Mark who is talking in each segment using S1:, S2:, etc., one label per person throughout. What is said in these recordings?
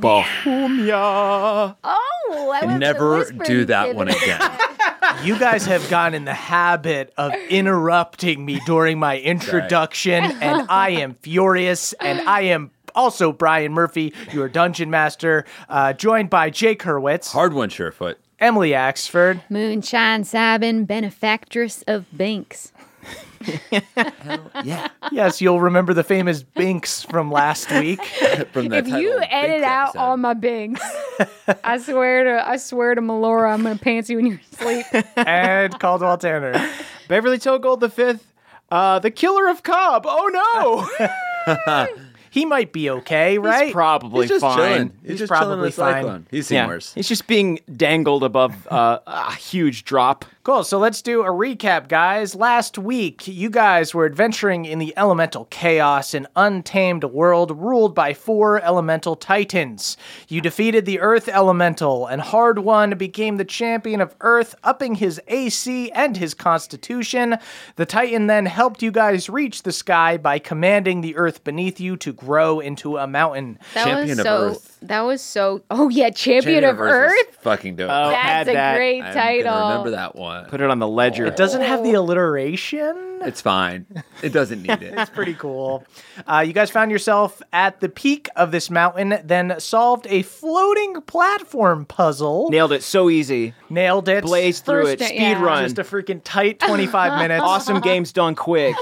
S1: Bohemia.
S2: Oh, I
S3: And
S2: went
S3: never
S2: to
S3: do that one again.
S1: You guys have gotten in the habit of interrupting me during my introduction, and I am furious. And I am also Brian Murphy, your dungeon master, uh, joined by Jake Hurwitz,
S3: Hard one, Surefoot.
S1: Emily Axford,
S2: Moonshine Sabin, benefactress of Binks.
S1: Yes, you'll remember the famous Binks from last week.
S3: From the
S2: If you edit out all my Binks, I swear to I swear to Melora, I'm gonna pants you in your sleep.
S1: and Caldwell Tanner. Beverly Togold the fifth, uh, the killer of Cobb. Oh no, he might be okay, right?
S4: probably
S3: he's just
S4: fine.
S3: chilling. He's,
S1: He's
S3: just
S1: probably
S3: chilling in the
S1: fine.
S3: cyclone. He's seen
S4: Yeah.
S3: worse.
S4: He's just being dangled above uh, a huge drop.
S1: cool. So let's do a recap, guys. Last week, you guys were adventuring in the elemental chaos, an untamed world ruled by four elemental titans. You defeated the Earth Elemental, and Hard One became the champion of Earth, upping his AC and his constitution. The Titan then helped you guys reach the sky by commanding the Earth beneath you to grow into a mountain.
S2: That was
S3: Champion of
S2: so
S3: Earth.
S2: that was so oh yeah, Champion, of Earth.
S3: is Fucking dope.
S4: Oh,
S2: That's
S4: had
S2: a
S4: that.
S2: great
S3: I'm gonna
S2: title.
S3: Remember that one.
S4: Put it on the ledger.
S1: It doesn't have the alliteration.
S3: It's fine. It doesn't need it.
S1: pretty cool. Uh, you guys found yourself at the peak of this mountain, then solved a floating platform puzzle.
S4: Nailed it. So easy.
S1: Nailed it.
S4: Blaze through
S2: First
S4: it.
S2: day-
S4: Speed
S2: yeah.
S4: run.
S1: Just a freaking tight 25 minutes.
S4: awesome games done quick.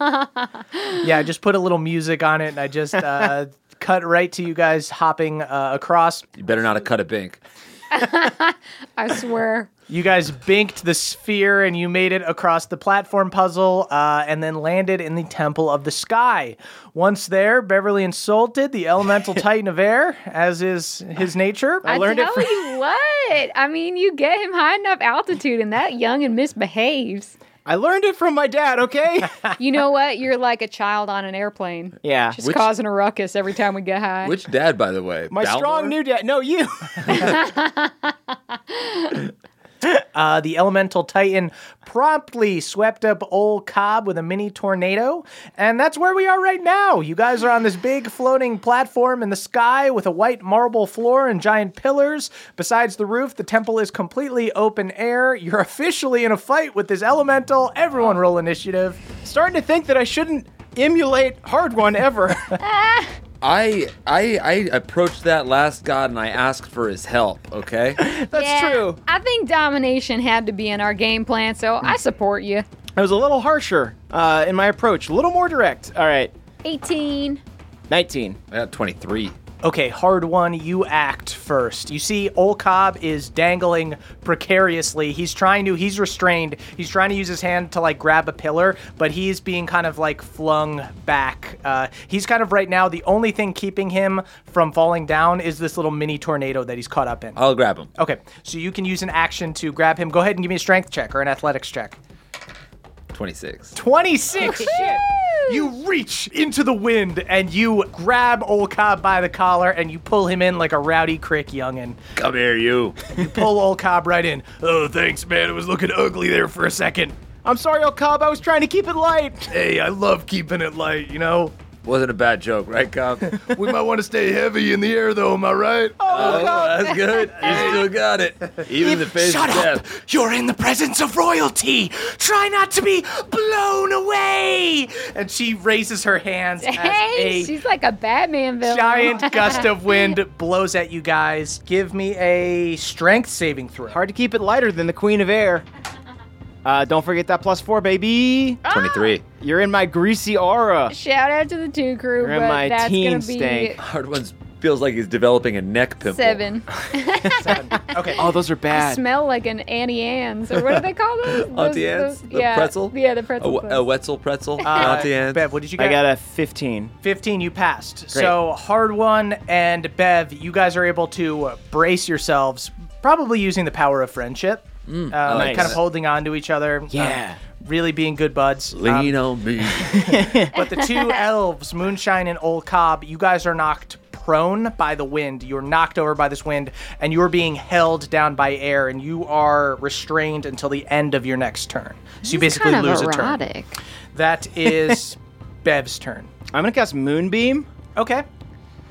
S1: Yeah, I just put a little music on it and I just uh, cut right to you guys hopping uh, across.
S3: You better not have cut a bink.
S2: I swear.
S1: You guys binked the sphere and you made it across the platform puzzle uh, and then landed in the Temple of the Sky. Once there, Beverly insulted the elemental titan of air, as is his nature.
S2: I,
S4: learned it
S2: tell
S4: from-
S2: you what. I mean, you get him high enough altitude and that young and misbehaves.
S4: I learned it from my dad, okay?
S2: You know what? You're like a child on an airplane.
S4: yeah.
S2: Just causing a ruckus every time we get high.
S3: Which dad, by the way?
S4: my
S3: Balnor?
S4: strong new dad. No, you.
S1: Uh, the elemental titan promptly swept up old Cobb with a mini tornado, and that's where we are right now. You guys are on this big floating platform in the sky with a white marble floor and giant pillars. Besides the roof, the temple is completely open air. You're officially in a fight with this elemental. Everyone, roll initiative.
S4: Starting to think that I shouldn't emulate hard one ever.
S3: I, I I approached that last god and I asked for his help. Okay.
S4: That's
S2: Yeah,
S4: true.
S2: I think domination had to be in our game plan, so I support you.
S4: I was a little harsher uh, in my approach, a little more direct. All right.
S2: 18.
S4: 19.
S3: I got 23.
S1: Okay, hard one, you act first. You see, Olcob is dangling precariously. He's trying to, he's restrained. He's trying to use his hand to like grab a pillar, but he's being kind of like flung back. Uh, he's kind of right now, the only thing keeping him from falling down is this little mini tornado that he's caught up
S4: Uh.
S1: in.
S3: I'll grab him.
S4: Oh.
S1: Okay, so you can use an action to grab him. Go ahead and give me a strength check or an athletics check.
S3: 26.
S1: 26 shit. You reach into the wind and you grab old Cobb by the collar and you pull him in like a rowdy crick youngin.
S3: Come here, you.
S1: You pull old Cobb right in. Oh, thanks, man. It was looking ugly there for a second. I'm sorry, old Cobb. I was trying to keep it light. Hey, I love keeping it light, you know?
S3: Wasn't a bad joke, right, Cobb?
S5: We might want to stay heavy in the air, though. Am I right?
S3: Oh, that's good. You still got it. Even in the face
S1: Shut
S3: of
S1: up!
S3: death.
S1: You're in the presence of royalty! Try not to be blown away! And she raises her hands as
S2: Hey,
S1: a
S2: she's like a Batman villain.
S1: giant gust of wind blows at you guys. Give me a strength saving throw.
S4: Hard to keep it lighter than the Queen of Air. Uh, don't forget that plus four, baby.
S2: Ah!
S3: 23.
S4: You're in my greasy aura.
S2: Shout out to the two crew,
S4: You're in
S2: but
S4: my
S2: that's
S4: teen
S2: gonna be
S4: stank.
S3: Hard ones feels like he's developing a neck pimple.
S2: seven.
S1: Okay.
S4: Oh, those are
S2: I
S4: bad.
S2: smell like an Annie Ann's, or what do they call those? Those-
S3: Auntie Anne's?
S2: those-
S3: The
S2: yeah,
S3: pretzel? Oh,
S2: Yeah, the
S3: A,
S2: pretzel. Ah,
S3: w- a
S2: place.
S3: Wetzel pretzel?
S1: Uh,
S3: Auntie Anne's?
S1: Bev, what did you get?
S4: I got a 15.
S1: 15, you passed. So, Hard One and Bev, you guys are able to brace yourselves, probably using the power of friendship. um,
S4: like
S1: Kind of
S4: that.
S1: holding on to each other. um,
S4: Mm. Oh, Yeah.
S1: really being good buds. Um,
S3: Lean on me.
S1: But the two elves, Moonshine and Old Cobb, you guys are knocked prone by the wind. You're knocked over by this wind, and you're being held down by air, and you are restrained until the end of your next turn. So you basically
S2: kind
S1: lose
S2: of
S1: a turn.
S2: erotic.
S1: That is Bev's turn.
S4: I'm gonna cast Moonbeam.
S1: Okay.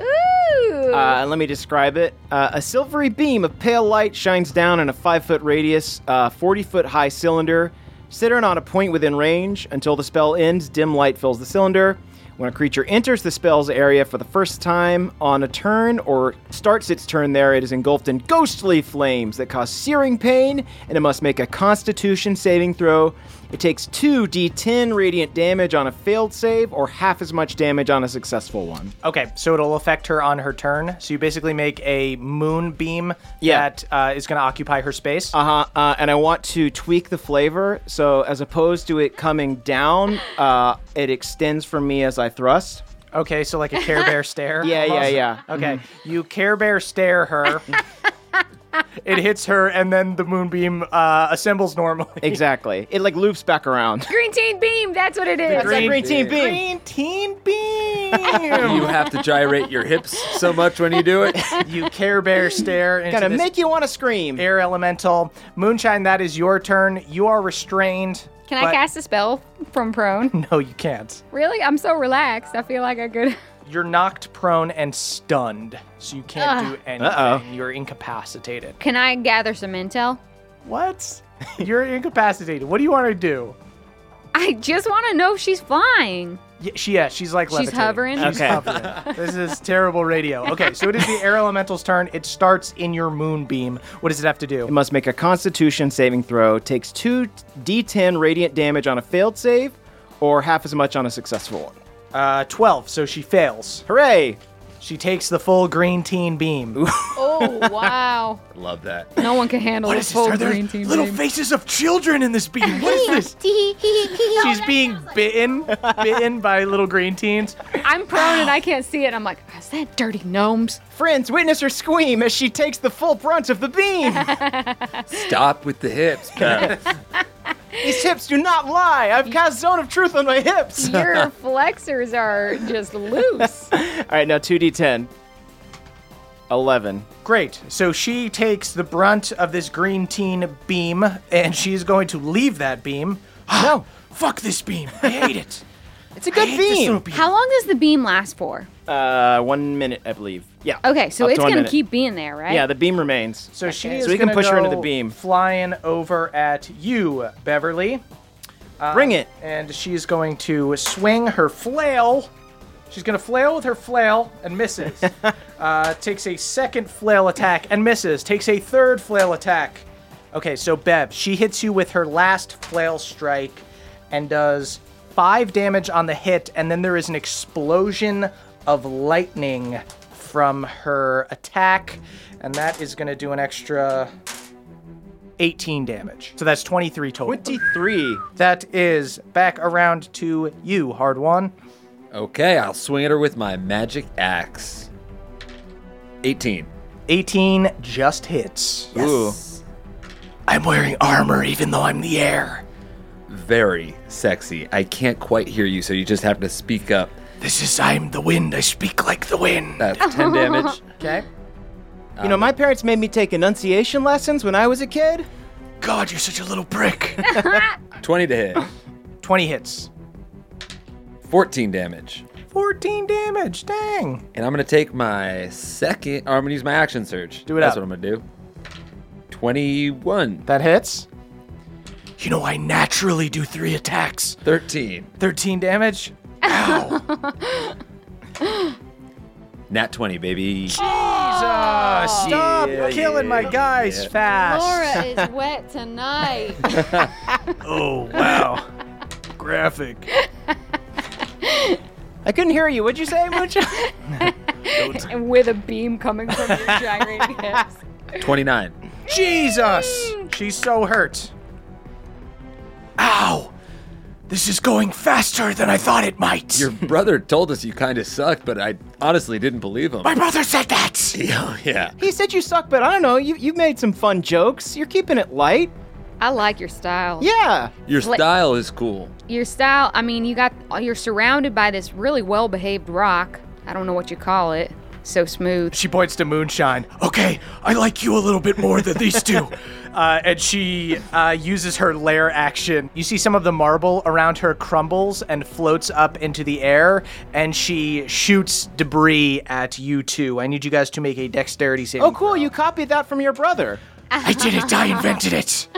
S2: Ooh.
S4: Uh, let me describe it. Uh, a silvery beam of pale light shines down in a five foot radius, uh, 40 foot high cylinder, centered on a point within range. Until the spell ends, dim light fills the cylinder. When a creature enters the spell's area for the first time on a turn or starts its turn there, it is engulfed in ghostly flames that cause searing pain, and it must make a constitution saving throw. It takes 2d10 radiant damage on a failed save or half as much damage on a successful one.
S1: Okay, so it'll affect her on her turn. So you basically make a moon beam
S4: Yeah.
S1: that uh, is going to occupy her space.
S4: Uh-huh, uh, and I want to tweak the flavor. So as opposed to it coming down, uh, it extends from me as I thrust.
S1: okay, so like a Care Bear stare.
S4: Yeah, yeah,
S1: almost?
S4: yeah.
S1: Okay, you Care Bear stare her. it hits her, and then the moonbeam uh, assembles normally.
S4: Exactly. It like loops back around.
S2: green teen beam. That's what it is.
S4: That's that green team beam.
S1: Green teen beam.
S3: you have to gyrate your hips so much when you do it.
S1: you Care Bear stare into
S4: Gonna
S1: this
S4: make you want to scream.
S1: air elemental. Moonshine, that is your turn. You are restrained.
S2: Can
S1: but-
S2: I cast a spell from prone?
S1: No, you can't.
S2: really? I'm so relaxed. I feel like I could.
S1: You're knocked prone and stunned, so you can't do anything.
S4: Uh-oh.
S1: You're incapacitated.
S2: Can I gather some intel?
S1: What? You're incapacitated. What do you want to do?
S2: I just want to know if she's flying.
S1: Yeah, she, yeah, she's like
S2: She's
S1: levitating.
S2: hovering.
S1: She's hovering. this is terrible radio. Okay, so it is the air elemental's turn. It starts in your moonbeam. What does it have to
S4: It
S1: do?
S4: must make a Constitution saving throw. Takes two d10 radiant damage on a failed save, or half as much on a successful one.
S1: Uh, 12, so she fails.
S4: Hooray!
S1: She takes the full green teen beam.
S2: Oh wow!
S3: Love that.
S2: No one can handle this whole green team.
S1: little
S2: beam.
S1: faces of children in this beam? What is this? She's being bitten, bitten by little green teens.
S2: I'm prone and I can't see it. I'm like, is that dirty gnomes?
S4: Friends, witness her scream as she takes the full brunt of the beam.
S3: Stop with the hips. Bev.
S4: These hips do not lie. I've cast Zone of Truth on my hips.
S2: Your flexors are just loose.
S4: All right, now 2d10. 11.
S1: Great. So she takes the brunt of this green teen beam, and she's going to leave that beam. no, fuck this beam. I hate it.
S4: It's a good
S1: I hate this little
S4: beam.
S1: beam.
S2: How long does the beam last for?
S4: Uh, one minute, I believe. Yeah.
S2: Okay, so
S4: Up
S2: it's
S4: one
S2: gonna
S4: minute.
S2: keep being there, right?
S4: Yeah, the beam remains.
S1: So she
S2: Okay.
S1: is
S4: So we can
S1: gonna
S4: push her into
S1: go
S4: the beam.
S1: Flying over at you, Beverly,
S4: Bring it.
S1: uh, and she is going to swing her flail. She's going to flail with her flail and misses. uh, takes a second flail attack and misses. Takes a third flail attack. Okay, so Bev, she hits you with her last flail strike and does five damage on the hit, and then there is an explosion of lightning from her attack, and that is going to do an extra 18 damage. So that's 23 total.
S4: 23.
S1: That is back around to you, hard one.
S3: Okay, I'll swing at her with my magic axe. 18.
S1: 18 just hits.
S4: Ooh.
S1: I'm wearing armor even though I'm the heir.
S3: Very sexy. I can't quite hear you, so you just have to speak up.
S1: This is I'm the wind. I speak like the wind.
S3: That's 10 damage.
S1: Okay. Um,
S4: You know, my parents made me take enunciation lessons when I was a kid.
S5: God, you're such a little prick.
S3: 20 to hit.
S1: 20 hits.
S3: 14 damage.
S1: 14 damage. Dang.
S3: And I'm gonna take my second. Or I'm gonna use my action surge.
S1: Do it
S3: That's
S1: up.
S3: what I'm gonna do. Twenty-one.
S1: That hits.
S5: you know, I naturally do three attacks.
S3: Thirteen.
S1: 13 damage.
S3: Nat twenty, baby.
S1: Stop
S3: Ah, Yeah,
S1: killing my
S3: yeah,
S1: guys
S3: yeah.
S1: fast.
S6: Laura is wet tonight.
S5: Oh, wow. Graphic.
S4: I couldn't hear you. What'd you say, Mucha?
S2: and with a beam coming from your gyrating hips.
S3: Twenty-nine.
S1: Jesus.
S3: Mm.
S1: She's so hurt.
S5: Ow! This is going faster than I thought it might.
S3: Your brother told us you kind of sucked, but I honestly didn't believe him.
S5: My brother said that!
S3: Yeah, yeah.
S4: he said you suck, but I don't know. You you made some fun jokes. You're keeping it light.
S2: I like your style.
S4: Yeah.
S3: Your
S2: Like-
S3: style is cool.
S2: Your style, I mean, you got you're surrounded by this really well-behaved rock. I don't know what you call it. So smooth.
S1: She points to moonshine.
S5: Okay, I like you a little bit more than these two.
S1: Uh, and she uh, uses her lair action. You see some of the marble around her crumbles and floats up into the air, and she shoots debris at you two. I need you guys to make a dexterity saving.
S4: Oh, cool. You copied that from your brother.
S5: I did it, I invented it.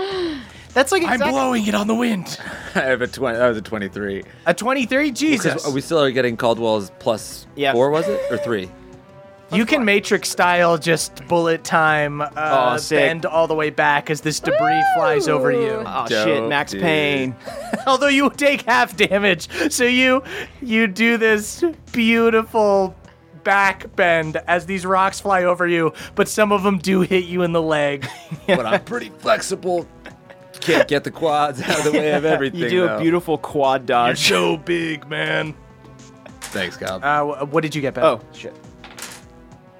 S4: That's like
S5: I'm
S4: exactly.
S5: blowing it on the wind.
S3: I have a twenty. That was a twenty-three.
S1: A 23? Jesus.
S3: Because uh, we still are getting Caldwell's plus
S4: Yeah.
S3: four, was it, or three?
S1: you can Matrix style just bullet time, uh,
S4: Oh, sick.
S1: bend all the way back as this debris flies over you.
S4: Oh
S3: Dope,
S4: shit, Max
S3: dude.
S4: Payne.
S1: Although you take half damage, so you you do this beautiful back bend as these rocks fly over you, but some of them do hit you in the leg.
S3: but I'm pretty flexible. Can't get the quads out of the way of everything.
S4: You do
S3: though.
S4: a beautiful quad
S5: You're
S4: dodge.
S5: so big, man.
S3: Thanks, Cal.
S1: Uh, wh- what did you get, Ben?
S4: Oh shit.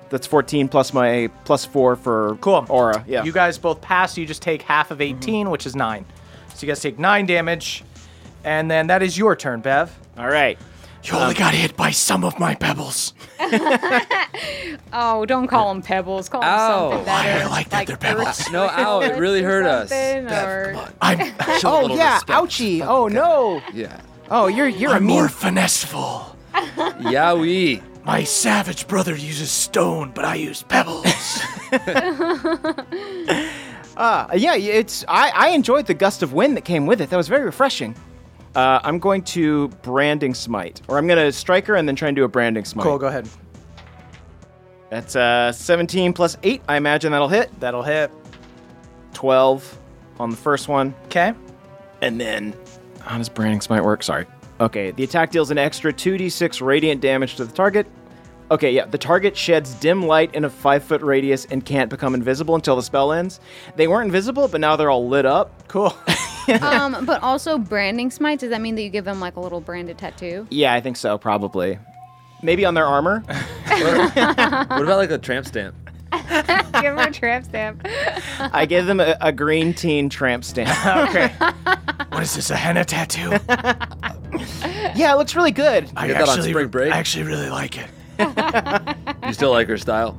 S4: That's 14 plus my plus four for
S1: cool.
S4: aura. Yeah.
S1: You guys both pass. You just take half
S5: Mm-hmm.
S1: of 18, which is nine. So you guys take nine damage, and then that is your turn, Bev.
S4: All right.
S5: You only got hit by some of my pebbles.
S2: Oh, don't call them pebbles. Call them
S3: Ow.
S2: something
S5: Why
S2: better.
S5: Oh. I like that they're pebbles. Oh,
S3: no, ow! It really hurt us.
S2: us.
S5: I'm,
S4: Oh yeah. Ouchie. Oh no.
S3: Yeah.
S4: Oh, you're you're a
S5: I'm
S4: mean.
S5: more finesseful.
S3: Yowie.
S5: My savage brother uses stone, but I use pebbles.
S4: Uh, yeah, it's I, I enjoyed the gust of wind that came with it. That was very refreshing. Uh, I'm going to branding smite, or I'm going to strike her and then try and do a branding smite.
S1: Cool. Go ahead.
S4: That's uh, 17 plus eight. I imagine that'll hit.
S1: That'll hit.
S4: 12 on the first one,
S1: Okay.
S4: and then ah, how does branding smite work? Sorry. Okay, the attack deals an extra 2d6 radiant damage to the target. Okay, yeah, the target sheds dim light in a five foot radius and can't become invisible until the spell ends. They weren't invisible, but now they're all lit up.
S1: Cool.
S2: Um, but also branding smite. Does that mean that you give them like a little branded tattoo?
S4: Yeah, I think so, probably. Maybe on their armor.
S3: What about like a tramp stamp?
S2: give them a tramp stamp.
S4: I gave them a, a green teen tramp stamp.
S1: okay.
S5: what is this, a henna tattoo?
S4: yeah, it looks really good.
S5: I
S3: You got that on
S5: actually,
S3: spring break?
S5: I actually really like it.
S3: You still like her style?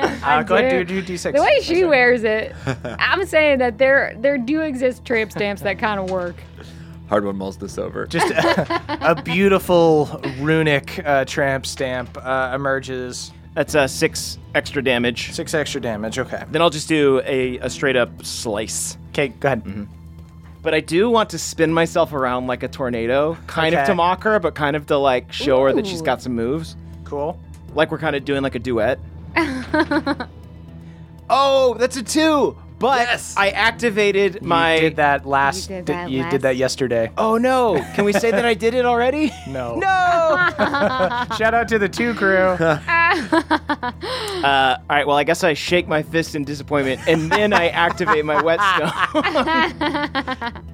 S1: Uh, go ahead.
S2: do.
S1: Do, do d6.
S2: The way she wears it, I'm saying that there there do exist tramp stamps that kind of work.
S3: Hard one mulls this over.
S1: just a, a beautiful runic uh, tramp stamp uh, emerges.
S4: That's uh, six extra damage.
S1: Six extra damage. Okay.
S4: Then I'll just do a, a straight up slice.
S1: Okay. Go ahead.
S4: Mm-hmm. But I do want to spin myself around like a tornado, kind of
S1: Okay.
S4: to mock her, but kind of to like show her that she's
S2: Ooh.
S4: got some moves.
S1: Cool.
S4: Like we're kind of doing like a duet. oh, that's a two. But I activated my.
S1: you did that last.
S2: You
S1: th-
S2: did that
S1: you
S2: last-
S1: did that yesterday.
S4: Oh no! Can we say that I did it already?
S1: No.
S4: no.
S1: Shout out to the two crew.
S4: Uh, all right, well, I guess I shake my fist in disappointment, and then I activate my whetstone.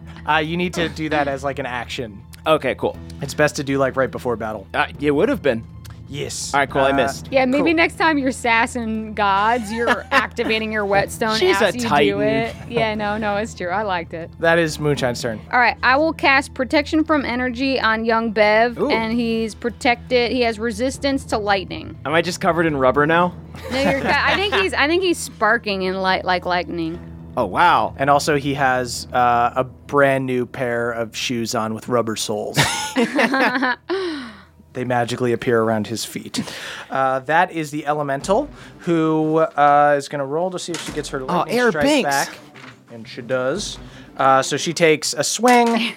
S1: Uh, you need to do that as like an action.
S4: okay, cool.
S1: It's best to do like right before battle.
S4: Uh, it would have been.
S1: Yes.
S4: All right, cool. I
S1: Uh,
S4: missed.
S2: Yeah, maybe
S1: Cool.
S2: next time you're sassing gods, you're activating your whetstone
S4: She's a
S2: after you
S4: titan.
S2: do it. Yeah, no, no, it's true. I liked it.
S1: That is Moonshine's turn.
S2: All right, I will cast protection from energy on young Bev, and he's protected. He has resistance to lightning.
S4: Am I just covered in rubber now?
S2: No, you're, I think he's. I think he's sparking in light like lightning.
S4: Oh, wow.
S1: And also, he has uh, a brand new pair of shoes on with rubber soles. they magically appear around his feet. Uh, that is the elemental who uh, is going to roll to see if she gets her lightning
S4: Oh, Air
S1: strike
S4: Binks.
S1: back, and she does. Uh, so she takes a swing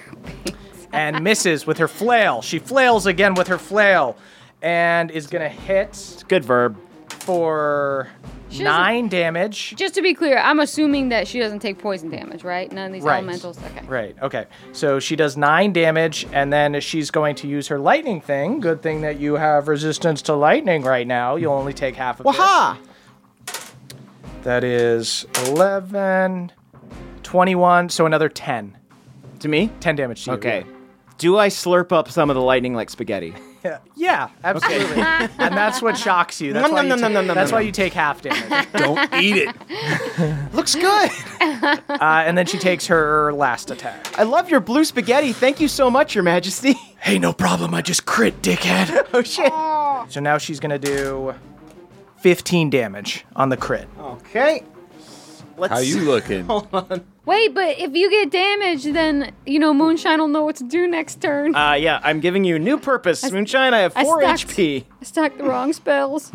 S1: and misses with her flail. She flails again with her flail, and is going to hit
S4: Good verb.
S1: for
S2: doesn't-
S1: nine damage.
S2: Just to be clear, I'm assuming that she doesn't take poison damage, right? None of these
S1: Right.
S2: elementals. Okay.
S1: Right. Okay. So she does nine damage, and then she's going to use her lightning thing. Good thing that you have resistance to lightning right now. You'll only take half of
S4: Waha!
S1: this. That is 11, 21, so another 10.
S4: To me?
S1: 10 damage to you.
S4: Okay. Do I slurp up some of the lightning like spaghetti?
S1: Yeah, absolutely. and that's what shocks you. That's,
S4: Nom,
S1: why,
S4: nom,
S1: you
S4: nom,
S1: ta-
S4: nom, nom, nom,
S1: that's why
S4: nom.
S1: you take half damage.
S3: Don't eat it.
S4: Looks good.
S1: Uh, and then she takes her last attack.
S4: I love your blue spaghetti. Thank you so much, Your Majesty.
S5: Hey, no problem. I just crit, dickhead.
S4: Oh, shit.
S1: So now she's going to do 15 damage on the crit.
S4: Okay. Let's
S3: How you looking?
S2: Wait, but if you get damaged, then you know Moonshine will know what to do next turn.
S4: Uh, yeah, I'm giving you new purpose. Moonshine, I have
S2: I
S4: 4
S2: stacked-
S4: HP.
S2: I stacked the wrong spells.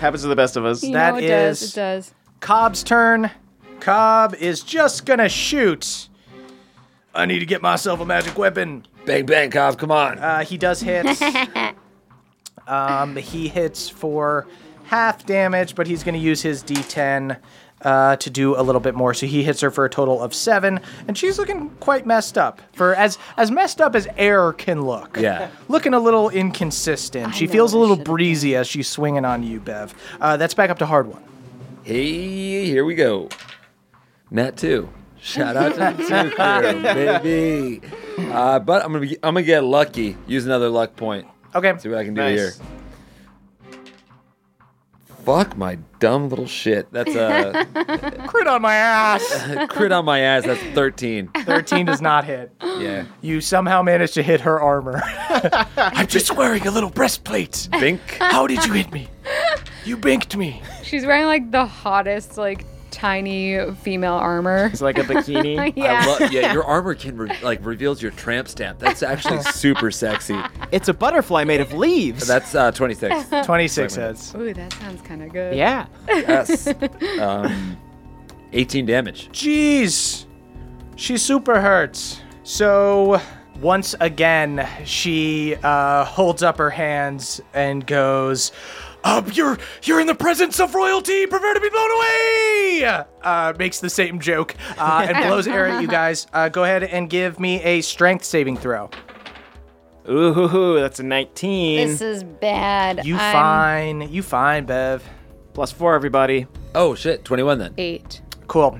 S4: Happens to the best of us.
S2: You
S1: That
S2: know it does.
S1: is-
S2: It does.
S1: Cobb's turn. Cobb is just going to shoot.
S5: I need to get myself a magic weapon.
S3: bang bang, Cobb. Come on.
S1: Uh, he does hit. um, he hits for half damage, but he's going to use his D10 uh, to do a little bit more. So he hits her for a total of seven, and she's looking quite messed up. For as as messed up as air can look.
S3: Yeah.
S1: looking a little inconsistent. she
S2: know
S1: feels a
S2: what I
S1: little
S2: should've
S1: breezy as she's swinging on you, Bev. Uh, that's back up to hard one.
S3: Hey, here we go. Nat two. Shout out to the two crew, baby. Uh, but I'm gonna be, I'm gonna get lucky. Use another luck point.
S1: Okay.
S3: See what I can do
S4: Nice.
S3: here. Fuck my dumb little shit. That's a
S1: Crit on my ass.
S3: crit on my ass. That's 13.
S1: Thirteen does not hit.
S3: Yeah.
S1: You somehow managed to hit her armor.
S5: I'm just wearing a little breastplate.
S3: Bink.
S5: How did you hit me? You binked me.
S2: She's wearing like the hottest, like tiny female armor.
S4: It's like a bikini.
S2: yeah.
S3: I love, yeah, your armor can re- like reveals your tramp stamp. That's actually super sexy.
S4: it's a butterfly made of leaves.
S3: That's uh, 26.
S1: Twenty-six hits.
S2: Ooh, that sounds kind of good.
S4: yeah.
S3: Yes. Um, 18 damage.
S1: Jeez, she super hurts. So once again, she uh, holds up her hands and goes, "Up, you're you're in the presence of royalty, prefer to be blown away." Uh, makes the same joke uh, and blows air at you guys. Uh, go ahead and give me a strength saving throw.
S4: Ooh, hoo, hoo, that's a 19.
S6: This is bad.
S1: You
S6: I'm
S1: fine, you fine, Bev.
S4: Plus four, everybody.
S3: Oh shit, 21 then.
S2: Eight.
S1: Cool.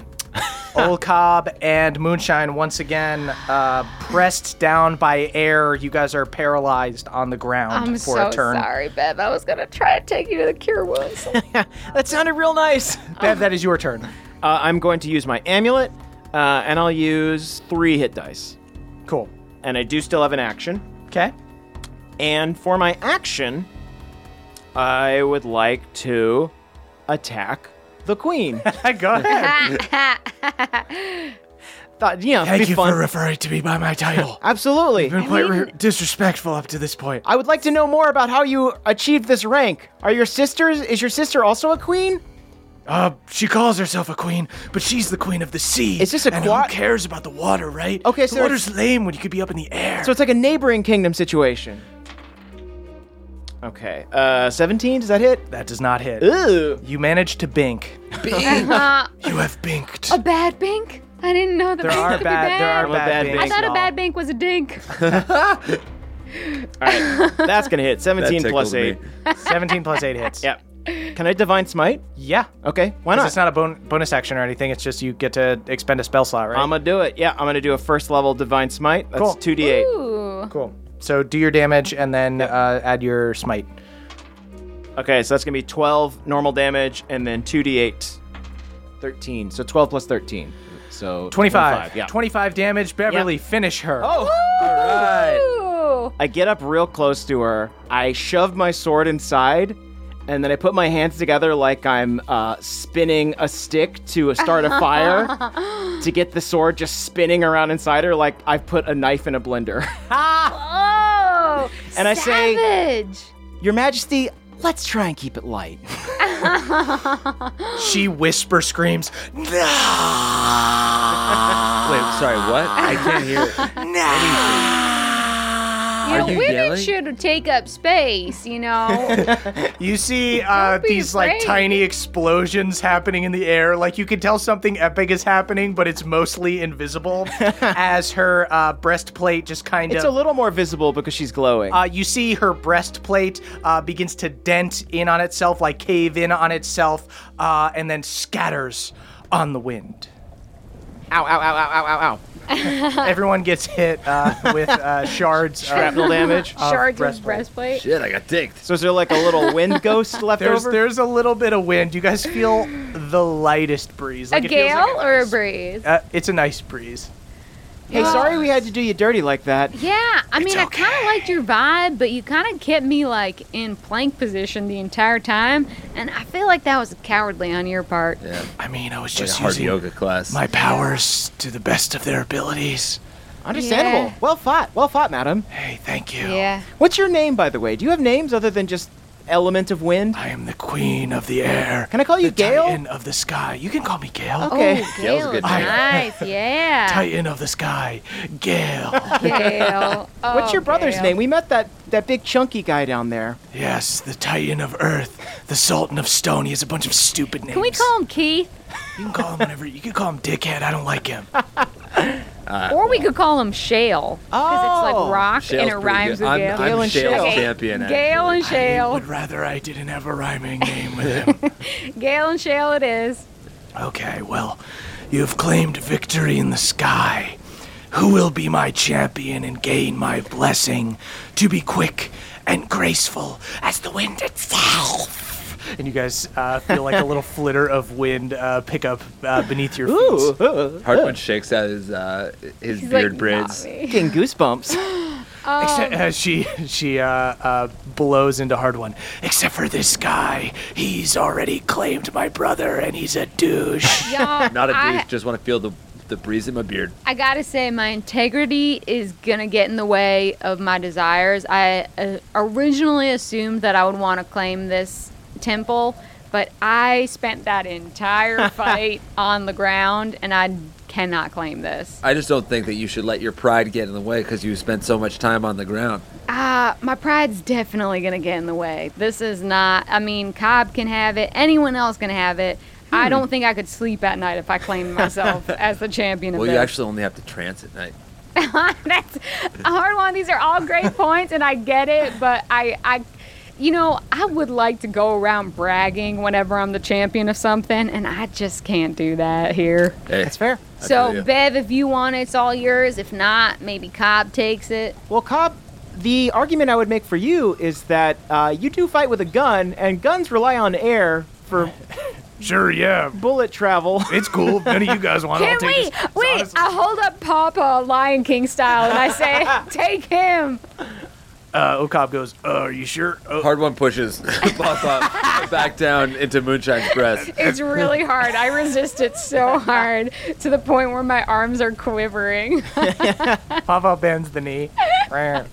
S1: Old Cobb and Moonshine once again uh, pressed down by air. You guys are paralyzed on the ground
S2: I'm
S1: for
S2: so
S1: a turn.
S2: sorry, Bev. I was gonna try to take you to the cure wounds.
S4: That sounded real nice.
S1: Bev, that is your turn.
S4: Uh, I'm going to use my amulet, uh, and I'll use three hit dice.
S1: Cool.
S4: And I do still have an action.
S1: Okay.
S4: And for my action, I would like to attack the queen.
S1: Go ahead.
S4: Thought, yeah, it'd
S5: Thank
S4: be
S5: you
S4: fun.
S5: for referring to me by my title.
S4: Absolutely.
S5: I've been quite re- disrespectful up to this point.
S4: I would like to know more about how you achieved this rank. Are your sisters? Is your sister also a queen?
S5: Uh, she calls herself a queen, but she's the queen of the sea.
S4: Is this a
S5: and
S4: quad-
S5: Who cares about the water, right?
S4: Okay, so
S5: the
S4: it's-
S5: water's lame when you could be up in the air.
S4: So it's like a neighboring kingdom situation. Okay. Uh, 17. Does that hit?
S1: that does not hit.
S4: Ooh.
S1: You managed to bink.
S5: you have binked.
S2: a bad bank? I didn't know that.
S1: There are
S2: could be
S1: bad. There are
S4: I'm a bad
S1: bad
S4: bank.
S2: I
S1: binks.
S2: thought a
S4: y'all.
S2: bad bank was a dink.
S4: All right, that's gonna hit. Seventeen plus eight.
S3: tickled
S1: Seventeen plus eight hits.
S4: Yeah. Can I divine smite?
S1: Yeah.
S4: Okay, why
S1: 'Cause
S4: not?
S1: It's not a bon- bonus action or anything. It's just you get to expend a spell slot, right?
S4: I'm gonna do it. Yeah, I'm gonna do a first level divine smite. That's
S1: Cool.
S4: two d eight.
S6: Ooh.
S1: cool. So do your damage and then uh, add your smite.
S4: Okay, so that's gonna be 12 normal damage and then 2d8. 13. So 12 plus 13. So
S1: 25.
S4: yeah.
S1: 25 damage. Beverly, finish her.
S4: Oh!
S3: All right.
S6: Ooh.
S4: I get up real close to her. I shove my sword inside, and then I put my hands together like I'm uh, spinning a stick to start a fire to get the sword just spinning around inside her like I've put a knife in a blender.
S6: Oh.
S4: and I say,
S2: Savage.
S4: Your Majesty, let's try and keep it light.
S1: She whisper screams.
S3: Wait, sorry, what? I can't hear anything.
S2: You know,
S3: you
S2: women
S3: yelling?
S2: should take up space, you know?
S1: You see uh,
S2: be
S1: these like
S2: afraid.
S1: tiny explosions happening in the air. Like you can tell something epic is happening, but it's mostly invisible. as her uh, breastplate just kind
S4: It's a
S1: of.
S4: little more visible because she's glowing.
S1: uh, you see her breastplate uh, begins to dent in on itself, like cave in on itself, uh, and then scatters on the wind.
S4: ow, ow, ow, ow, ow, ow, ow.
S1: Everyone gets hit uh, with uh, shards. Uh,
S4: Shrapnel damage.
S2: Shards with
S1: breastplate.
S2: breastplate.
S3: Shit, I got dicked.
S4: So is there like a little wind ghost left
S1: there's
S4: over?
S1: there's a little bit of wind. You guys feel the lightest breeze.
S2: A
S1: Like, it feels
S2: gale
S1: like
S2: or a
S1: nice-
S2: breeze?
S1: Uh, it's a nice breeze.
S4: hey, sorry we had to do you dirty like that.
S2: yeah, I mean, I kind of liked your vibe, but you kind of kept me like in plank position the entire time, and I feel like that was cowardly on your part.
S5: I mean, I was
S3: Like a
S5: just
S3: hard
S5: using
S3: yoga class.
S5: my powers to the best of their abilities.
S4: Understandable.
S2: Yeah.
S4: Well fought. Well fought, madam.
S5: Hey, thank you.
S2: Yeah.
S4: What's your name, by the way? Do you have names other than just Element of Wind?
S5: I am the queen of the air.
S4: Can I call you
S5: the
S4: Gale?
S5: Titan of the sky. You can call me Gale.
S4: Okay.
S2: Oh,
S3: Gale's a
S2: Gale,
S3: good name.
S2: nice, yeah.
S5: Titan of the sky, Gale.
S2: Gale.
S4: What's
S2: Oh,
S4: your brother's
S2: Gale.
S4: name? We met that that big chunky guy down there.
S5: yes, the Titan of Earth, the Sultan of Stone. He has a bunch of stupid names.
S2: Can we call him Keith,
S5: You can call him whatever. You can call him Dickhead. I don't like him.
S2: or we could call him Shale, because it's
S4: Oh.
S2: like rock
S3: Uh, Shale's pretty
S2: and it rhymes
S3: good.
S2: with
S3: I'm,
S2: Gale.
S3: I'm
S4: Gale and
S3: Shale's
S4: Shale.
S3: champion.
S2: Gale
S3: actually.
S2: and Shale.
S5: Would rather I didn't have a rhyming name with him.
S2: Gale and Shale it is.
S5: Okay, well, you have claimed victory in the sky. Who will be my champion and gain my blessing to be quick and graceful as the wind itself?
S1: and you guys uh, feel like a little flitter of wind uh, pick up uh, beneath your feet.
S4: Ooh, ooh,
S3: Hartman shakes out his uh, his
S2: He's
S3: beard
S2: like,
S3: braids.
S2: "Not me."
S4: getting goosebumps.
S1: Except, uh, she she uh, uh, blows into hard one.
S5: Except for this guy. He's already claimed my brother and he's a douche.
S2: Y'all,
S3: Not a
S2: I-
S3: douche. Just want to feel the the breeze in my beard.
S2: I gotta say, my integrity is gonna get in the way of my desires. I uh, originally assumed that I would want to claim this temple, but I spent that entire fight on the ground, and I cannot claim this.
S3: I just don't think that you should let your pride get in the way because you spent so much time on the ground.
S2: Uh, my pride's definitely gonna get in the way. This is not. I mean, Cobb can have it. Anyone else can have it. I don't think I could sleep at night if I claimed myself as the champion of
S3: Well, you
S2: this.
S3: actually only have to trance at night.
S2: That's a hard one. These are all great points, and I get it, but I, I, you know, I would like to go around bragging whenever I'm the champion of something, and I just can't do that here.
S3: Hey,
S4: That's fair.
S3: I feel
S2: so,
S3: you.
S2: Bev, if you want it, it's all yours. If not, maybe Cobb takes it.
S4: Well, Cobb, the argument I would make for you is that uh, you do fight with a gun, and guns rely on air for
S5: sure, yeah.
S4: bullet travel.
S5: It's cool. If None of you guys want it. I'll
S2: Can
S5: take
S2: we?
S5: this. It's
S2: Wait,
S5: honest-
S2: I hold up Papa Lion King style, and I say, "Take him."
S5: Uh, Okab goes, uh, Are you sure? Uh,
S3: Hard one pushes Pop up back down into Moonshine's breast.
S2: It's really hard. I resist it so hard to the point where my arms are quivering.
S1: Papa bends the knee. Rah.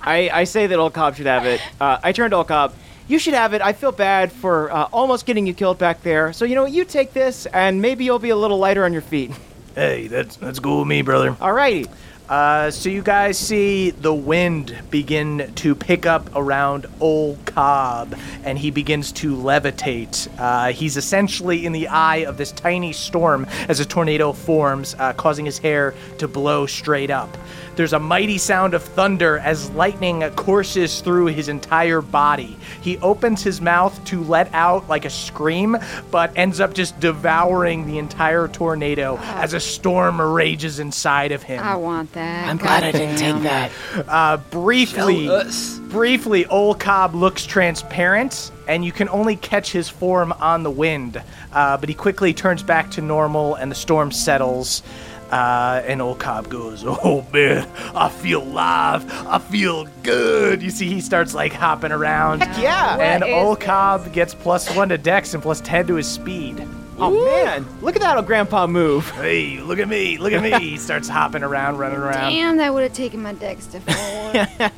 S4: I, I say that Olcob should have it. Uh, I turned to Olcob. You should have it. I feel bad for uh, almost getting you killed back there. So you know what? You take this, and maybe you'll be a little lighter on your feet.
S5: hey, that's, that's cool with me, brother.
S4: Alrighty.
S1: Uh, so you guys see the wind begin to pick up around Ol Cobb, and he begins to levitate. Uh, he's essentially in the eye of this tiny storm as a tornado forms, uh, causing his hair to blow straight up. There's a mighty sound of thunder as lightning courses through his entire body. He opens his mouth to let out like a scream, but ends up just devouring the entire tornado as a storm rages inside of him.
S2: I want that.
S5: I'm glad I didn't take that.
S1: Briefly,
S3: Jealous.
S1: briefly, Ol Cobb looks transparent, and you can only catch his form on the wind. Uh, but he quickly turns back to normal, and the storm settles. Uh, and Ol Cobb goes, "Oh man, I feel live. I feel good." You see, he starts like hopping around.
S4: Yeah.
S1: And
S2: What is
S1: Ol
S2: this?
S1: Cobb gets plus one to Dex and plus ten to his speed.
S4: Oh man, look at that old grandpa move.
S1: Hey, look at me! Look at me! he starts hopping around, running around.
S2: Damn, that would have taken my dex to four.